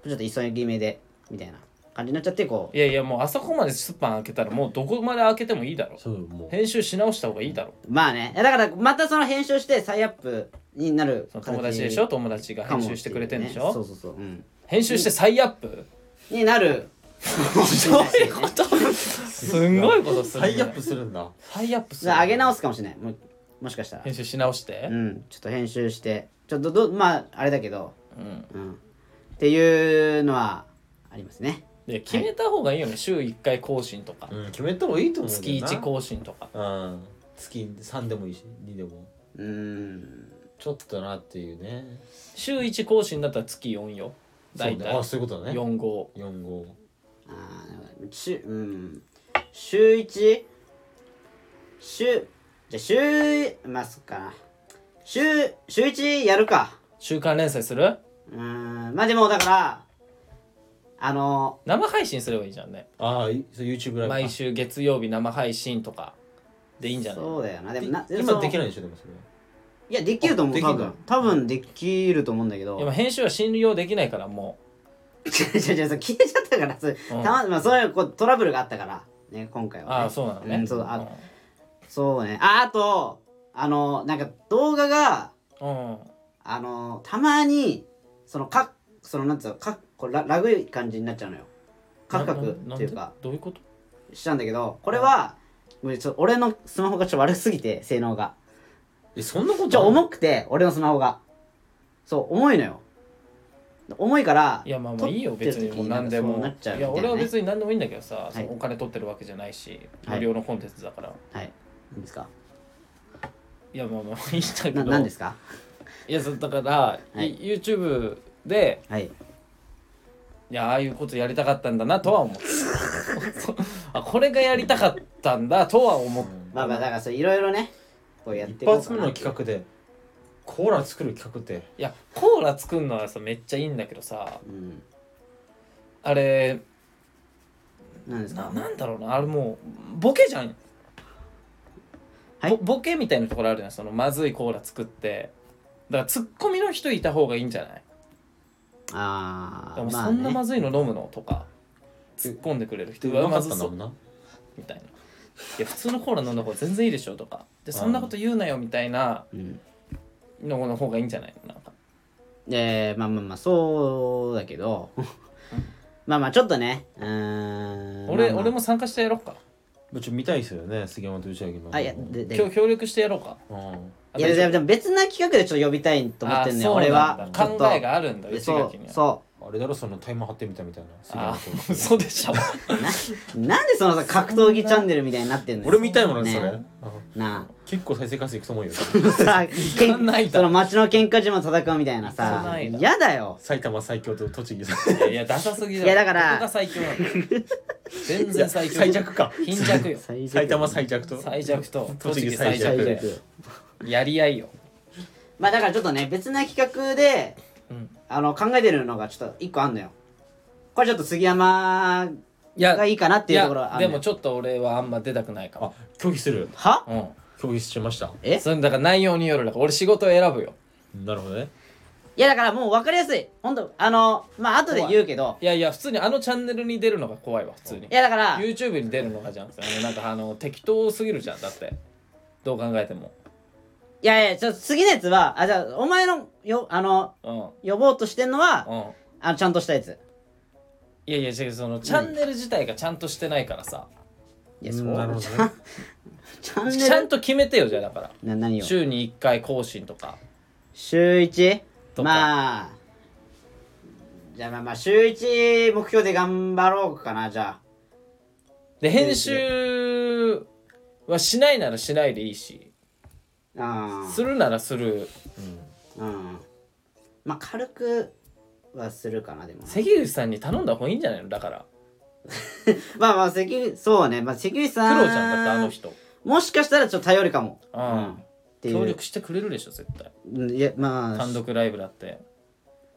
ちょっと急ぎ目でみたいな感じになっちゃってこう
いやいやもうあそこまでスパン開けたらもうどこまで開けてもいいだろ
そうもう
編集し直した方がいいだろ
まあねいやだからまたその編集して再アップになる
その友達でしょ友達が
形かもっいう
編
ね
集してくれてんでし
そう
ょ
そうそう、うん、
編集して再アップ
にな
<laughs>
る
どういうこと
<laughs>
すんごいことするね
再アップするんだ
再アップする
上げ直すかもしれないももしかしたら
編集し直して
うんちょっと編集してちょっとどまああれだけど
うん
うんっていうのはありますね
で決めた方がいいよね週1回更新とか
うん決めた方がいいと思う
月1
個
更新とか
うん月3でもいいし2でも
うーん
ちょっとなっていうね
週1更新だったら月4よ大
そうね
体
あそういうことだね
4号
4号
あー週うん週一週じゃあ週まあそっかな週週一やるか
週刊連載する
うーんまあでもだからあの
生配信すればいいじゃんね
ああいそう YouTube ライブ
毎週月曜日生配信とかでいいんじゃない
そうだよなでも
あ
な
今でき
な
な
い
いでしょでもそれ
いやできると思う
でき
多
るん
分
だ
多分できると思うんだけど <laughs>
いやまあ編集は信用できないからも
違う違う違うそう消えちゃったからそれ
う、うん
たままあそういうこうトラブルがあったからね今回は、ね、
ああそうなのね、
んそうあ
うん
そうねああとあのなんか動画が
うん
あのたまにそのかそのなんつうのかこうララグい感じになっちゃうのよカクカク
なな
っていうか
なんでどういうこと
しちゃうんだけどこれはもうちょ俺のスマホがちょっと悪すぎて性能が
えそんなこと
ちょ
ある
重くて俺のスマホがそう重いのよ重いから
いやまあまあいいよ別にもう何でも
撮ってる時になんかそうなっちゃう
い
みたい
や
なね
俺は別に何でもいいんだけどさ、
い
そのお金取ってるわけじゃないし
は
無
い
料のコンテンツだから、
はいいいですか
い、やまあまあいいんだけど
な何ですか
いやそうだから、
はい
い YouTube で
はい
いやああいうことやりたかったんだなとは思ったそう <laughs> あこれがやりたかったんだとは思った、
まあまあだからそういろいろねこうやって
一
いこう
発
か
目
な
の企画でコーラ作る企画って
いやコーラ作るのはさめっちゃいいんだけどさ
うん
あれ
何です
な
か
なんだろうなあれもうボケじゃん、
はい
ぼボケみたいなところあるじゃんそのまずいコーラ作ってだからツッコミの人いた方がいいんじゃない
ああ
だからも
ま
うそ
あ
んなま
ね
ずいの飲むのとか突っ込んでくれる人
う
は
まか
ま
った
ず
ん
そ
だ
う
もんな
みたいな。いや普通のコーラ飲んだ方が全然いいでしょとかでそんなこと言うなよみたいな
うん
のの方がいいんじゃないのなんか
えー、まあまあまあそうだけ
<laughs>
どまあまあちょっとねうーん
俺,、
まあまあ
俺も参加してやろうか
もうちょっと見たいですよね杉山と内訳の
あいやでで
今日協力してやろうか
うん
あ
いや
大丈夫
でも別な企画でちょっと呼びたいと思ってんのよ
あそう
俺
なんだ
はちょっと
考えがあるんだ内
そう
垣には
そ
あれだろそのタイマー張ってみたみたいな杉
あ
山と
嘘でしょ
うなんで <laughs> そのさ格闘技チャンネルみたいになってんのよ
俺見たいものね
ね
それうん
な
結構再生回数いくと思うよ
あさけ
かんない
ん
だ
その町の喧嘩自慢戦うみたいな
行か
さ
ないだ
やだよ
埼玉最強と栃木 <laughs> 最
いやいやダサすぎだろ
いやだから
ここが最強なんだよ全
<laughs>
然最強
最弱か
貧弱よ
最
埼玉最弱と
最弱と栃
栃
木
木
最
最
弱
弱
でやり合いよ
まあだからちょっとね別な企画で
うん
あの考えてるのがちょっと一個あんのよこれちょっと杉山
いや
がいいかなっていうところはあ
や
ん
で
の
も
よ
ちょっと俺はあんま出たくないか
あ
も
拒否する
は
うん
拒否しました
え
それだから内容によるだから俺仕事を選ぶよ
なるほどね
いやだからもう分かりやすい本当あのまあ後で言うけど
いやいや普通にあのチャンネルに出るのが怖いわ普通
い
に
やだから
YouTube に出るのがじゃんあのなんかあの適当すぎるじゃんだってどう考えても
いやいやちょっと次のやつはあじゃあお前のよあの
う
呼ぼうとしてんのは
んうん
あのちゃんとしたやつ
いやいや違うそのチャンネル自体がちゃんとしてないからさ
いや
う
そ
んなるほ
う
どね
チャンネ
ちゃん
ル
と決めてよじゃあだから
な何を
週に1回更新とか
週一
とか
まあじゃあまあまあ週一目標で頑張ろうかなじゃあ
で編集はしないならしないでいいし
うん
するならする
うんまあ軽くはするかなでも
関口さんに頼んだ方がいいんじゃないのだから
まあまあ関そうねまあ関口
苦
さん
労じゃんだってあの人
もしかしたらちょっと頼りかも
う
うんんっていう
協力してくれるでしょ絶対
うんいやまあ
単独ライブだって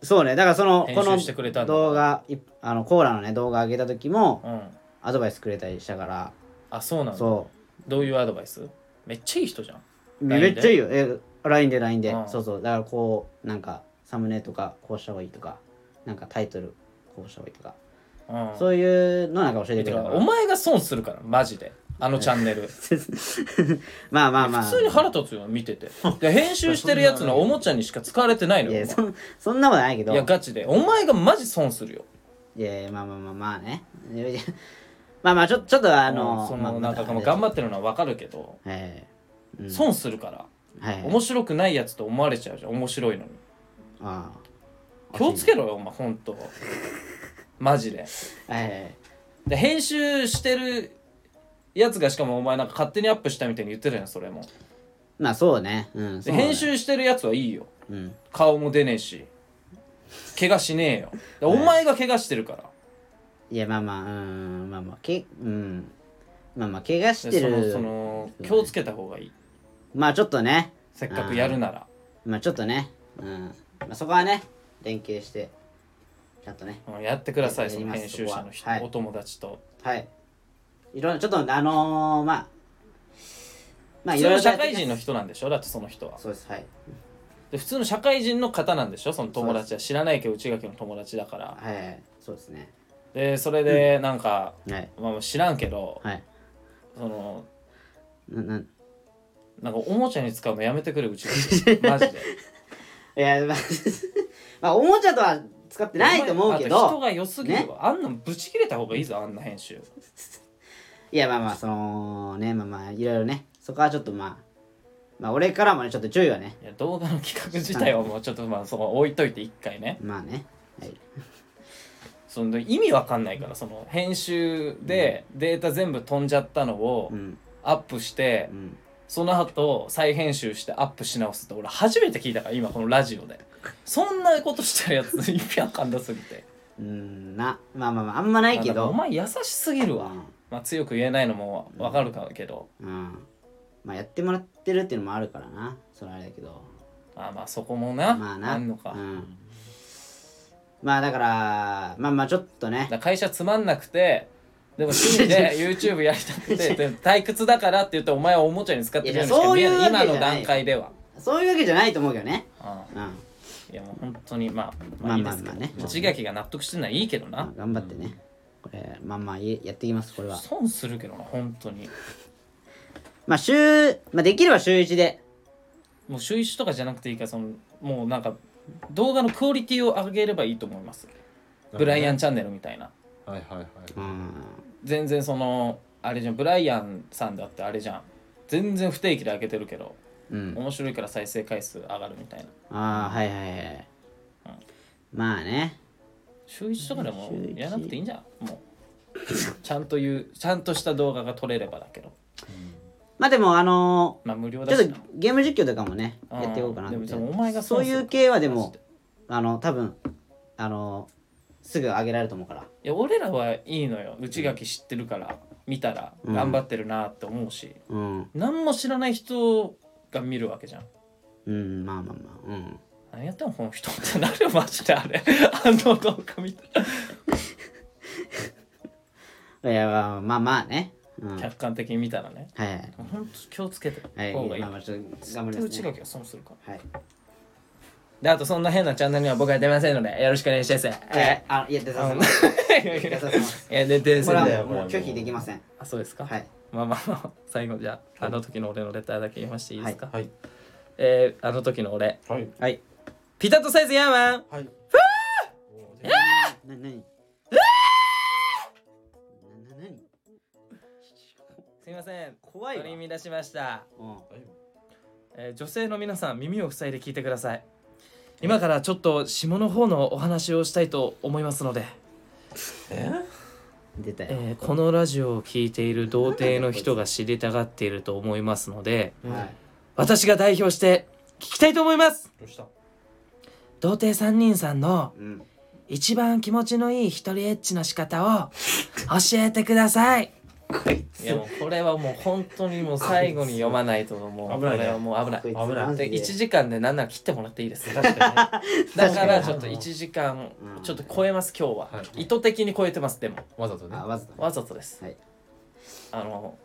そうねだからその
編
こ
集してくれた
の
んだ
動画いあのコーラのね動画上げた時も
うん
アドバイスくれたりしたから
あそうなの
そ
どういうアドバイスめっちゃいい人じゃん
う
LINE
めっちゃいいよえ LINE で LINE で
うん
そうそうだからこうなんかサムネとかこうした方がいいとかなんかタイトルこうした方がいいとか
うん
そういうのなんか教えてくれたから
お前が損するからマジであのチャンネル
<laughs> まあまあ <laughs> まあ
普通に腹立つよ見てて
<laughs>
で編集してるやつのおもちゃにしか使われてないの
い
よ
やそんそんなことないけど
いやガチでお前がマジ損するよ
いやいやまあまあまあまあね <laughs> いやいやまあまあちょちょっとあ
あ
の
のそのなんかこの
頑
頑
張
張ってるのは分かるけど
ええうん
損するから
はいはい
面白くないやつと思われちゃうじゃん面白いのに
ああ
気をつけろよお前ほんとマジで
はいはい
で編集してるやつがしかもお前なんか勝手にアップしたみたいに言ってたじゃんそれも
まあそうねうん
で
そうね
編集してるやつはいいよ
うん
顔も出ねえし怪我しねえよでお前が怪我してるから
いやまあまあうんまあまあけうんまあまあ怪我して
でその
る
その気をつけた方がいい
まあちょっとね
せっかくやるなら
まあちょっとねうんまあそこはね連携してちゃんとね
うんやってください
や
そ
り
の
ます
編集者の人、
そこははい
お友達と
はい。いろんな、ちょっと、あのー、まあ。ま
普通の社会人の。人なんでしょだってその人は
そうです、はい。
で普通の社会人の方なんでしょその友達は知らないけど内垣の友達だから
はいはいはい、そうですね。
でそれでなんか、
はい。
まあ、知らんけど
はい。
その
な、なん。い
なんかおもちゃに使うのやめてくれ内垣マジで
や、 <laughs> まあ、まあ、おもちゃとは使って <laughs> ないと思うけ
お前あと人
ど。
が良すぎるわ、あんなんぶち切れた方がいいぞあんな編集
いや、まあまあ、その、ね、まあまあ、いろいろね、そこはちょっと、まあ。まあ、俺からもね、ちょっと注意はね。
いや動画の企画自体はもうちょっとまあその置いといて一回ね
まあね。はい。
その意味わかんないからその編集でデータ全部飛んじゃったのを
うん。
アップして、
うん。
その後再編集してアップし直すって俺初めて聞いたから今このラジオでそんなことしてるやつ意味わかんなすぎて
うん、な、まあまあまあ、あんまないけ
まあ
ど
お。前優しすぎるわ、
うん
まあ、強く言えないのもわかるかけど、
うん。まあ、やってもらってるっていうのもあるからな。それはあれだけど。
ああまあそこもな、
まあな
あんのか,、
うん、まあだからまあまあちょっとね
会社つまんなくてでも趣
<laughs>
味で YouTube やりたくてでも退屈だからって言ってお前はおもちゃに使ってるようにしか見えない
いやそういうわけじゃな
今
い
の段階では、
そういうわけじゃないと思うけどね
う
うん、
ん、いやもう本当にまあま
ま
あ
あ
いいで
まあ
すけ
まあ
ど
ね
内垣が納得してるのはいいけど
まあ
な、
頑張ってねこれまあまあいやっていきますこれは
損するけどな本当に
まあ週、まあ、できれば週1で
もう週一とかじゃなくていいからそのもうなんか動画のクオリティを上げればいいと思いますブライアンチャンネルみたいな
はいはいはい、
うん
全然そのあれじゃんブライアンさんだってあれじゃん全然不定期で上げてるけど
うん
面白いから再生回数上がるみたいな
ああはいはいはいまあね
週一とかでもやらなくていいんじゃんもうちゃんと言うちゃんとした動画が撮れればだけど
まあでもあの
まあ無料
ーち
だ
ょ
し
っ
な
とゲーム実況とかもね
うん
やっていこうかなって
でもでもお前が
そうい
損す
う
る
系はで
マジ
も
で
あの多分あのすぐ上げられると思うから
いや俺らはいいのよ内垣知ってるから見たら
うん
頑張ってるなって思うし、
うん
何も知らない人が見るわけじゃん
うんまあまあまあうん
何やってんのこの人ってなるよマジであれ <laughs> あの動画見たら
いやまあまあまあね。うん、はい
客観的に見たらね
はい。
ほんと気をつけて
はい、
方がいい、
まあまあちょっと頑張り
手
ま
打
す、
ち
ね。
が損するから
はい。
であとそんな変なチャンネルには僕は出ませんのでよろしくお願いします
えあ、いや、出させます。出させます。
えでで
これは
<laughs>
だよ
もう
これ
拒否できません。
あそうですか、
はい。
まあまあまあ最後じゃああの時の俺のレターだけ言いましていいですか、
はいはい
えーあの時の俺
はい
はい。
ピタッとサイズヤーマン
はい
な、なにな、なに
すいません
怖いわ
取り乱しました
うん。
えー女性の皆さん耳を塞いで聞いてください今からちょっと下の方のお話をしたいと思いますので、
出たよ。
えーこのラジオを聞いている童貞の人が知りたがっていると思いますので
はい。
私が代表して聞きたいと思います
どうした
童貞三人さんの
うん。
一番気持ちのいい一人エッチの仕方を <laughs> 教えてくださいいやもうこれはもう本当にもう最後に読まないともう
危ないね
これはもう危ない
危
危ない
で1時間で何なら切ってもらっていいです確かに、
<laughs>
だからちょっと1時間
うん
ちょっと超えます今日は、
はい
意図的に超えてますでも
わざとね
あ、わざと。
わざとです
はい。
あの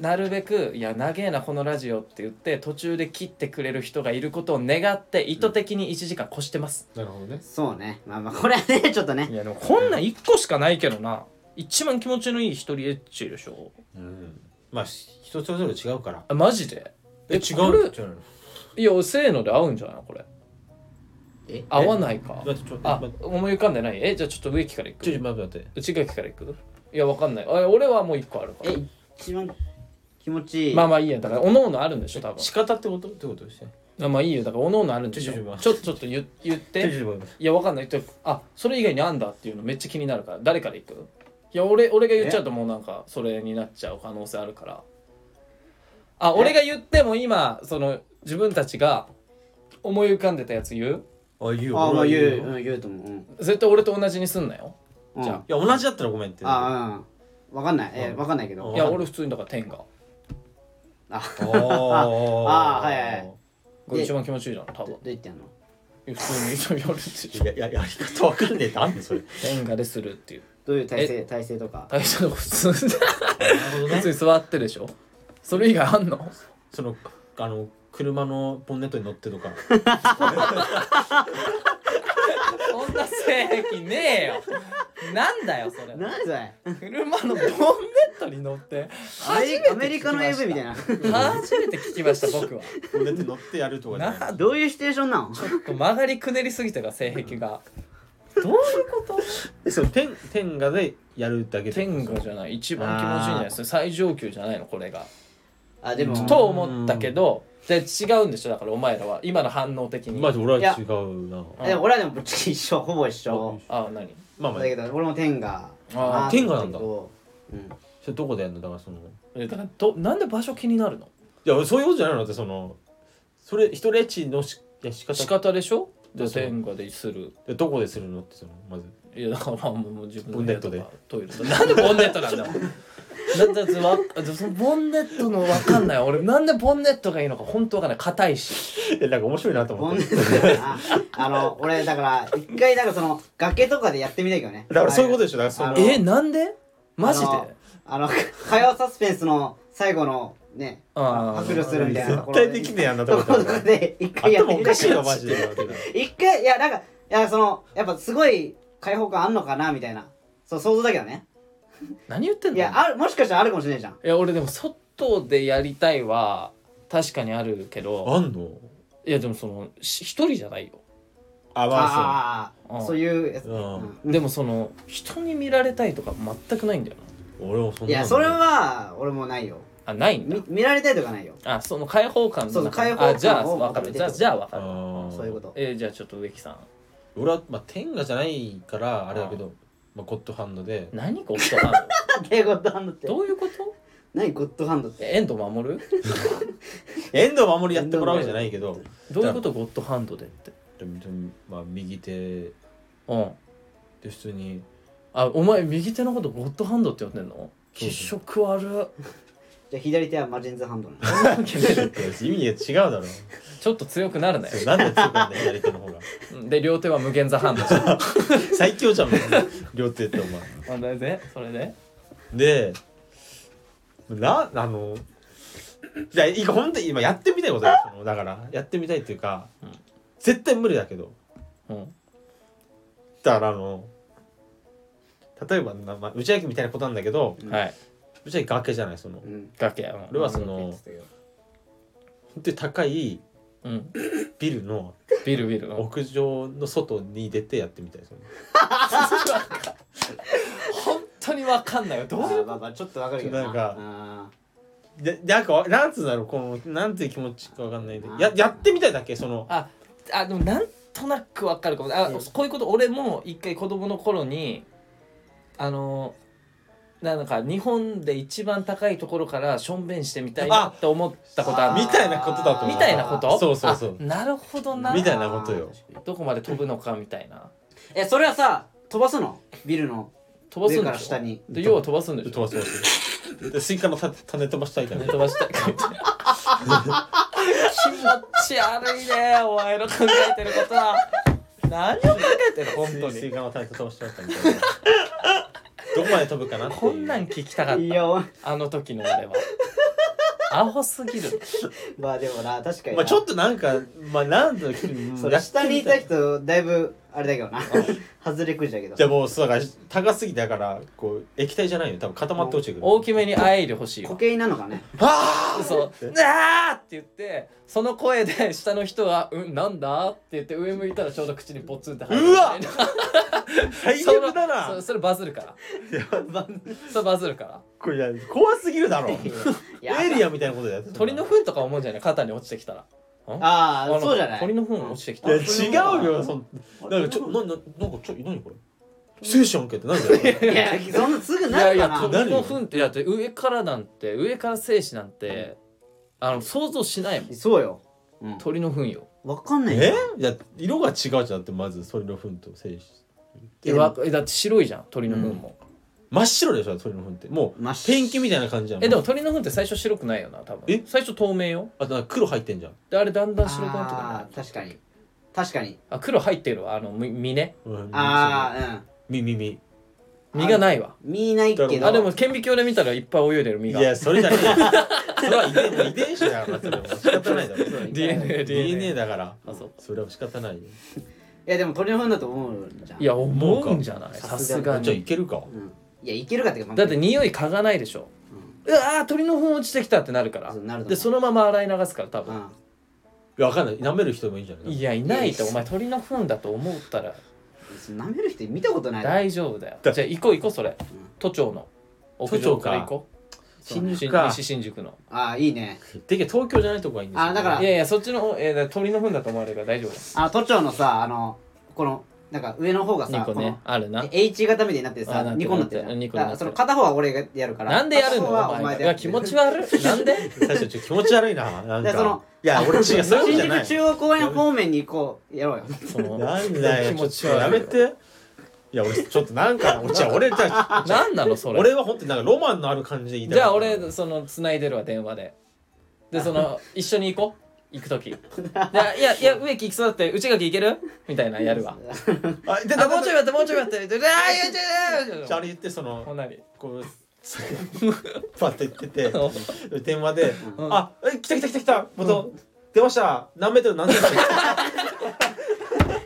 なるべく「いや長えなこのラジオ」って言って途中で切ってくれる人がいることを願って意図的に1時間越してます、
なるほどね
そうねまあまあこれはねちょっ
<laughs>
とね
いやでもこんなん1個しかないけどな一番気持ちのいい一人エッチでしょ
うんまあし人それぞれ違うから
あマジで
え違
こ
う
れ
んじゃないの
いやせーので合うんじゃないこれ
え
合わないか
待ってちょっと
あ
待って
思い浮かんでないえじゃあちょっと植木からいく
ちょちょ待って待って
内垣からいくいやわかんないあ俺はもう1個あるから
え一番気持ちいい
まあまあいいやだからおのおのあるんでしょ多分
仕方ってことってことして
あまあいいよだからおのおのあるんでしょ
ちょち
ちょっ
ょ
とちょっと言言って
ちょちょ待って
いやわかんないとあそれ以外にあんだっていうのめっちゃ気になるから誰から行くいや俺俺が言っちゃうともうなんかそれになっちゃう可能性あるからあ俺が言っても今その自分たちが思い浮かんでたやつ言う
あ言うよ
あまあ
俺は
言う、
よ
うん、言うと思う、うん
絶対俺と同じにすんなよ
うん、
じゃ
いや同じだったらごめんってあ
あうんわかんないえ
うん
わかんないけど
うん
いや俺普通にだから天が
あ <laughs> あ
はいはい
これ一番気持ちいいじゃん多
ど
分
どう言ってんの
いや普通にそうやるで
<laughs>
しょ
いやいややり方わかんねえってあんのそれ
天がでするっていう
どういう体勢体勢とか
大丈夫普通に
なるほど
普
ね
通に座ってるでしょそれ以外あんの
そのあの車のボンネットに乗ってと <laughs> か
そんな性癖ねえよなんだよそれ
何それ
車のボンネットに乗って
アメ
初め
リ
て
アメリカの AV みたい
な
な
初めて聞きました
<laughs>
僕は
ボンネットに乗ってやるとかじゃない
な
どういうシチュエーションなの
曲がりくねりすぎたが性癖がどういうこと
えその天天下でやるだけで
天狗じゃない一番気持ちいいんじゃないですか最上級じゃないのこれが
あでも
と思ったけどで違うんでしょだからお前らは今の反応的に、
まあ俺は違うな
えでも俺はでもぶっちゃけ一緒ほぼ一緒
あ何
まあまあ
だけど俺も天が
あー
天下なんだ <laughs>
うん
それどこでやるのだからその
えだからどなんで場所気になるの
いやそういうことじゃないのだってそのそれ一レッチのしいや仕方
仕方でしょで
そう
天狗でする
でどこでするのってそのまず
いやだからもう自分の
ボンネットで
部屋とかトイレとかなんでボンネットなんだよなんだってわそのボンネットのわかんない俺なんでボンネットがいいのか本当わかんない硬いし
<laughs> えなんか面白いなと
ボ
思
ン
っ
ネ
て
ットなあの俺だから一回なんかその崖とかでやってみたいけどね
<laughs> だからそういうことでしょだからそ
あ
の
の
えなんでマジで
ああの火曜サスペンスの最後のね
あー
迫力するみたいなとこ
<laughs> 絶
ろ
対できねえあんなと
と
こ
こ
だ
ろで一回やって
<laughs> 頭お
みた
か
い
しい
けど
よマジで
一回いやなんかいやそのやっぱすごい開放感あんのかなみたいなそう想像だけどね
何言ってんの
いやあるもしかしたらあるかもしれないじゃん
いや俺でも外でやりたいは確かにあるけど
あんの
いやでもそのし一人じゃないよ
あまあ
ああ
うん
そういうやつ、
うん
うん
でもその人に見られたいとか全くないんだよな
そう俺もそんなの
いやそれは俺もないよ
あないんだ
み見られたいとかないよ
あその開放感の中
そう開放感を
あじゃあ
求め
わかる
て
じゃあじゃあわか
あ
る
ー
そういうこと
えーじゃあちょっと植木さん
俺はまあ天下じゃないからあれだけどまあゴッドハンドで
何ゴッドハンド
なんでゴッドハンドって
どういうこと
何ゴッドハンドって
え遠藤守る
遠藤守やってもらうじゃないけど
どういうことゴッドハンドでって
でもでもまあ右手
うん
で普通に
あお前右手のことゴッドハンドって呼んでんの
そうそう
気色悪
じゃあ左手はマジンズハンドなの
<laughs> 意味が違うだろ
ちょっと強くなるね
それなんで強くなんだよ左手の方が
うんで両手は無限座ハンドあ
最強じゃんもう両手ってお前
それでそれで
でなあのいやいいか本当に今やってみたいことだよそのだからやってみたいっていうか、
うん
絶対無理だけど
うん
だからあの例えばな、まあ、内訳みたいなことなんだけど
うん
はい
内訳崖じゃないその
うん
崖うん
俺はその本当に高い
うん
ビルの
ビルビル本
屋上の外に出てやってみたいその
当にわかんないよどういう
あーまあまあちょっとわかるけど
なんか
あ
でなんかなんつうんだろうこのなんていう気持ちかわかんないでややってみたいだけその
ああでもなんとなくわかるかもあ
うん
こういうこと俺も一回子供の頃にあのなんか日本で一番高いところからしょんべんしてみたいなって思ったことあ
あ
る
みたいなことだと思う
みたいなこと
そうそうそう
あなるほどな
みたいなことよ
どこまで飛ぶのかみたいな
ーえそれはさ飛ばすのビルの
飛ばす
上
ん
か
で
ら
しょ
下に
で要は飛ばすんでし
飛
ょ
ばす飛ばすでスイカのた種飛ばしたいから
ね飛ばしたい気持ち悪いねお前の考えてることは何を考えてる本当
ス
に
イカの種飛ばしたいからどこまで飛ぶかなっていう
こんなん聞きたかっ
い
た
やおい
あの時の俺はアホすぎる
まあでもな確かにな
まあちょっとなんかまあなんと
それ下にいた人だいぶあれだけどな外れくじだけど
じゃあもうそうだから高すぎてだからこう液体じゃないよ多分固まって落ちてくる
大きめにあえいでほしいわ
固形なのかね
ああ
そう「なあ!」って言ってその声で下の人は「うんなんだ?」って言って上向いたらちょうど口にポツンって入る
うわ最
その
悪だ
そ
な
それバズるからそれバズるから
これいや怖すぎるだ
<laughs>
ろ
いや
エイリアンみたいなことだよ
鳥の糞とか思うんじゃない肩に落ちてきたら
あ
な
あ
んか
そうじゃない
鳥の糞落ちてきた
いや
ら
違うよそんなんかちょなななんかちょ何これセッション受けってなんだよ
いやそんなすぐ
い
な
や
る
い
か
や
な
鳥の糞ってだって上からなんて上から精子なんてあの想像しないもん
そうよ、うん、
鳥の糞よ
わかんない
え
よ
いや色が違うじゃんだってまず鳥の糞と精子
えわえだって白いじゃん鳥の糞も、
真っ白でしょ鳥の糞ってもう
真っ白
ペンキみたいな感じじゃん
えでも鳥の糞って最初白くないよな多分
え
最初透明よ
あとなんか黒入ってんじゃん
であれだんだん
あ
白くなってくるな
ー確かに確かに
あ黒入ってるわあのみ実ね
うん
ああ
みみみ
実がないわ
うん見ないけど
あでも顕微鏡で見たらいっぱい泳いでる
い
実が
やそれじゃねえよそれは遺伝もう遺伝子だからそれはもう仕方ないだろ
DNA
DNA だから
あそう
それは仕方ないよ
いやでも鳥のファンだと思うじゃん
いや思うんじゃない
さ
さ
す
す
が
が
じゃあい
に
けるか
うんいやいけるかっていうか
だって匂い嗅がないでしょうわー鳥の糞落ちてきたってなるから
そうなるだろう
でそのまま洗い流すから多
う
分
ん
いやわかんない舐める人もいいんじゃない
いやいないってお前鳥の糞だと思ったら
舐める人見たことない
大丈夫だよ
だ
じゃあ行こう行こうそれ都庁の屋上から行こう
新宿か
西新宿の
ああいいね
でけ東京じゃないとこがいいんですよ
あだから
いやいやそっちの方えーだから鳥の糞だと思われるから大丈夫だ
あの都庁のさあのこのなんか上の方がさ
2個ねあるな
この H 型みたいになってさ
あなんて
2個になってるじゃん
二個に
だ
なっ
か
てる
らその片方は俺がやるから
なんでやるの
片方は
お
お前
前
で
がい
や
や
る
気持ち悪いなんで
最初ちょっと気持ち悪いななん
でその
かいや俺違うそういうこと
新
じゃ
宿
ない
中央公園方面にこうやろうよ
その
<laughs> なんだよ
気持ち
ょっとや
悪い
めていや俺ちょっとなん <laughs> か俺じゃあ俺じゃあ
何なのそれ
俺は本当になんかロマンのある感じで言いたい
じゃあ俺その繋いでるわ電話で <laughs> でその一緒に行こう行く <laughs> 時でいやいや植木行きそうだって内垣行けるみたいなやるわ
あで
<laughs> あ
だ
もうちょい
い
待ってもうちょい待ってでああいやいやいやいや
じゃああれ言ってその
ほんなり
こう <laughs> パッて言ってて
う
電話で「
ん
あえ来た来た来た来た元、出ました何メートル何センチ」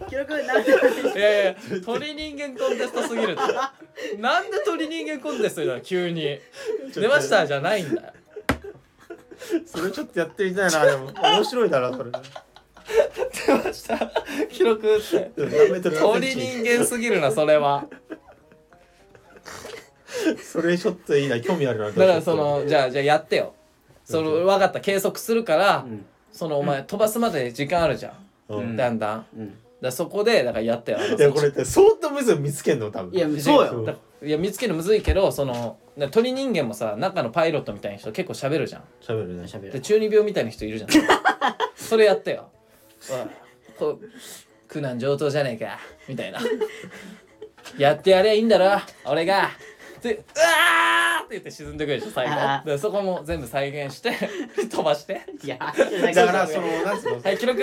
記録 <laughs> なんで
んい <laughs> やいや鳥人間コンテストすぎるって <laughs> なんで鳥人間コンテストだ急に出ましたじゃないんだよ
<laughs> それちょっとやってみたいなでも面白いだなそ <laughs> れ
出ました記録って
何メートル何セ
鳥
ンチ
人間すぎるなそれは
それちょっといいな興味あるなだ
だからそのじゃあじゃあやってよその分かった計測するから、
ん
そのお前飛ばすまで時間あるじゃ、
うんん
だんだんだか
うん
らそこでだからやってよあの
いやこれって相当むずい見つけんの多分
いやそう
そ
よ
う
だいや見つけるのむずいけどそのな鳥人間もさ中のパイロットみたいな人結構喋るじゃん
喋るね
喋
で
る
中二病みたいな人いるじゃん <laughs> それやってよおいこ苦難上等じゃねえかみたいなやってやりゃいいんだろ俺がでうわーって言って沈んでくるでしょ最
あ
後でそこも全部再現して <laughs> 飛ばして
いや
だからそのなんつうの
はい記録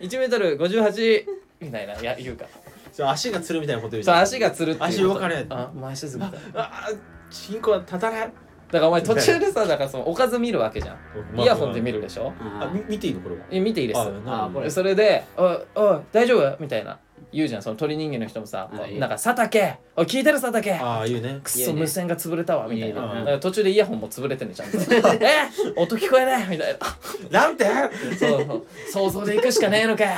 1m58 みたいなや言うか
そう足がつるみたいなこと言うじ
そう
ゃん
足がつるっていう
足動かねえ
あもう足つるだか
ああチンコは立たない
らお前途中でさだからそのおかず見るわけじゃんイヤホンで見
る
るでしょ
あみ見ていいのこれは
え見ていいです
あ
これ
それで「おいおい大丈夫?」みたいな言うじゃんその鳥人間の人もさ
あいい
なんか「佐竹おい聞いてる佐竹
ああいうね
く
いい
そ
ね
無線が潰れたわ」みたい
いいね
な
うん
だから途中でイヤホンも潰れてんねちゃんと「え音聞こえない」みたいな
なんて
「そうそう想像で行くしかねえのかよ」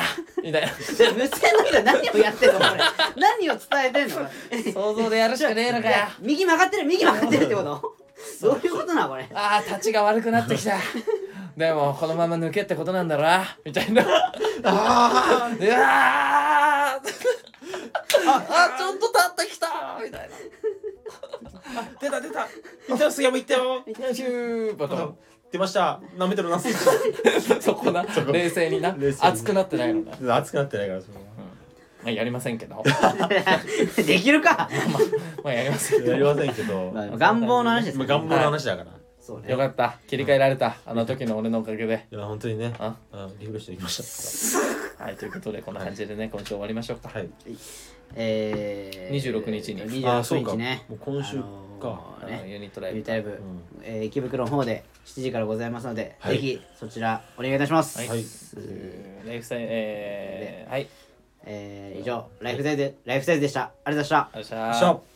みたいな
じゃあ無線の人は何をやってんのこれ何を伝えてんのこ <laughs> れ
「想像でやるしかねえのかよ
右曲がってる右曲がってるってことどういうことなのこれ <laughs>
あー立ちが悪くなってきた」でもこのまま抜けってことなんだろうなみたいな「うわ
あ
ーああちょっと立ってきた」みたいな。
あ出た出た行ったよ杉山行ったよ
ヒューバトン
出ました何メートル何センチ
<laughs> そこな冷静にな
冷静に
熱くなってないのなま
熱くなってないからその
あやりませんけ <laughs> ど
できるか
まあやりませんけ
やり
ど
ませんけ <laughs> どま
願望の話です
あ願望の話だから
そうね
よかった切り替えられたあの時の俺のおかげで
いや本当にね
あ
うんリフレッシュできました
はいということでこんな感じでね今週終わりましょうか
はい
えー、
26日に
ああそう
26
か
日ね
もう今週か
あのー
あの
ね
ユニットライ
ユニ
ブ
タイブ、えー池袋の方で7時からございますので、
はい
ぜひそちらお願いいたします、
はいライフサイズえー、はい
えー以上ライフサイズライフサイズでしたありがとうございました
ありがとうございました
しゃ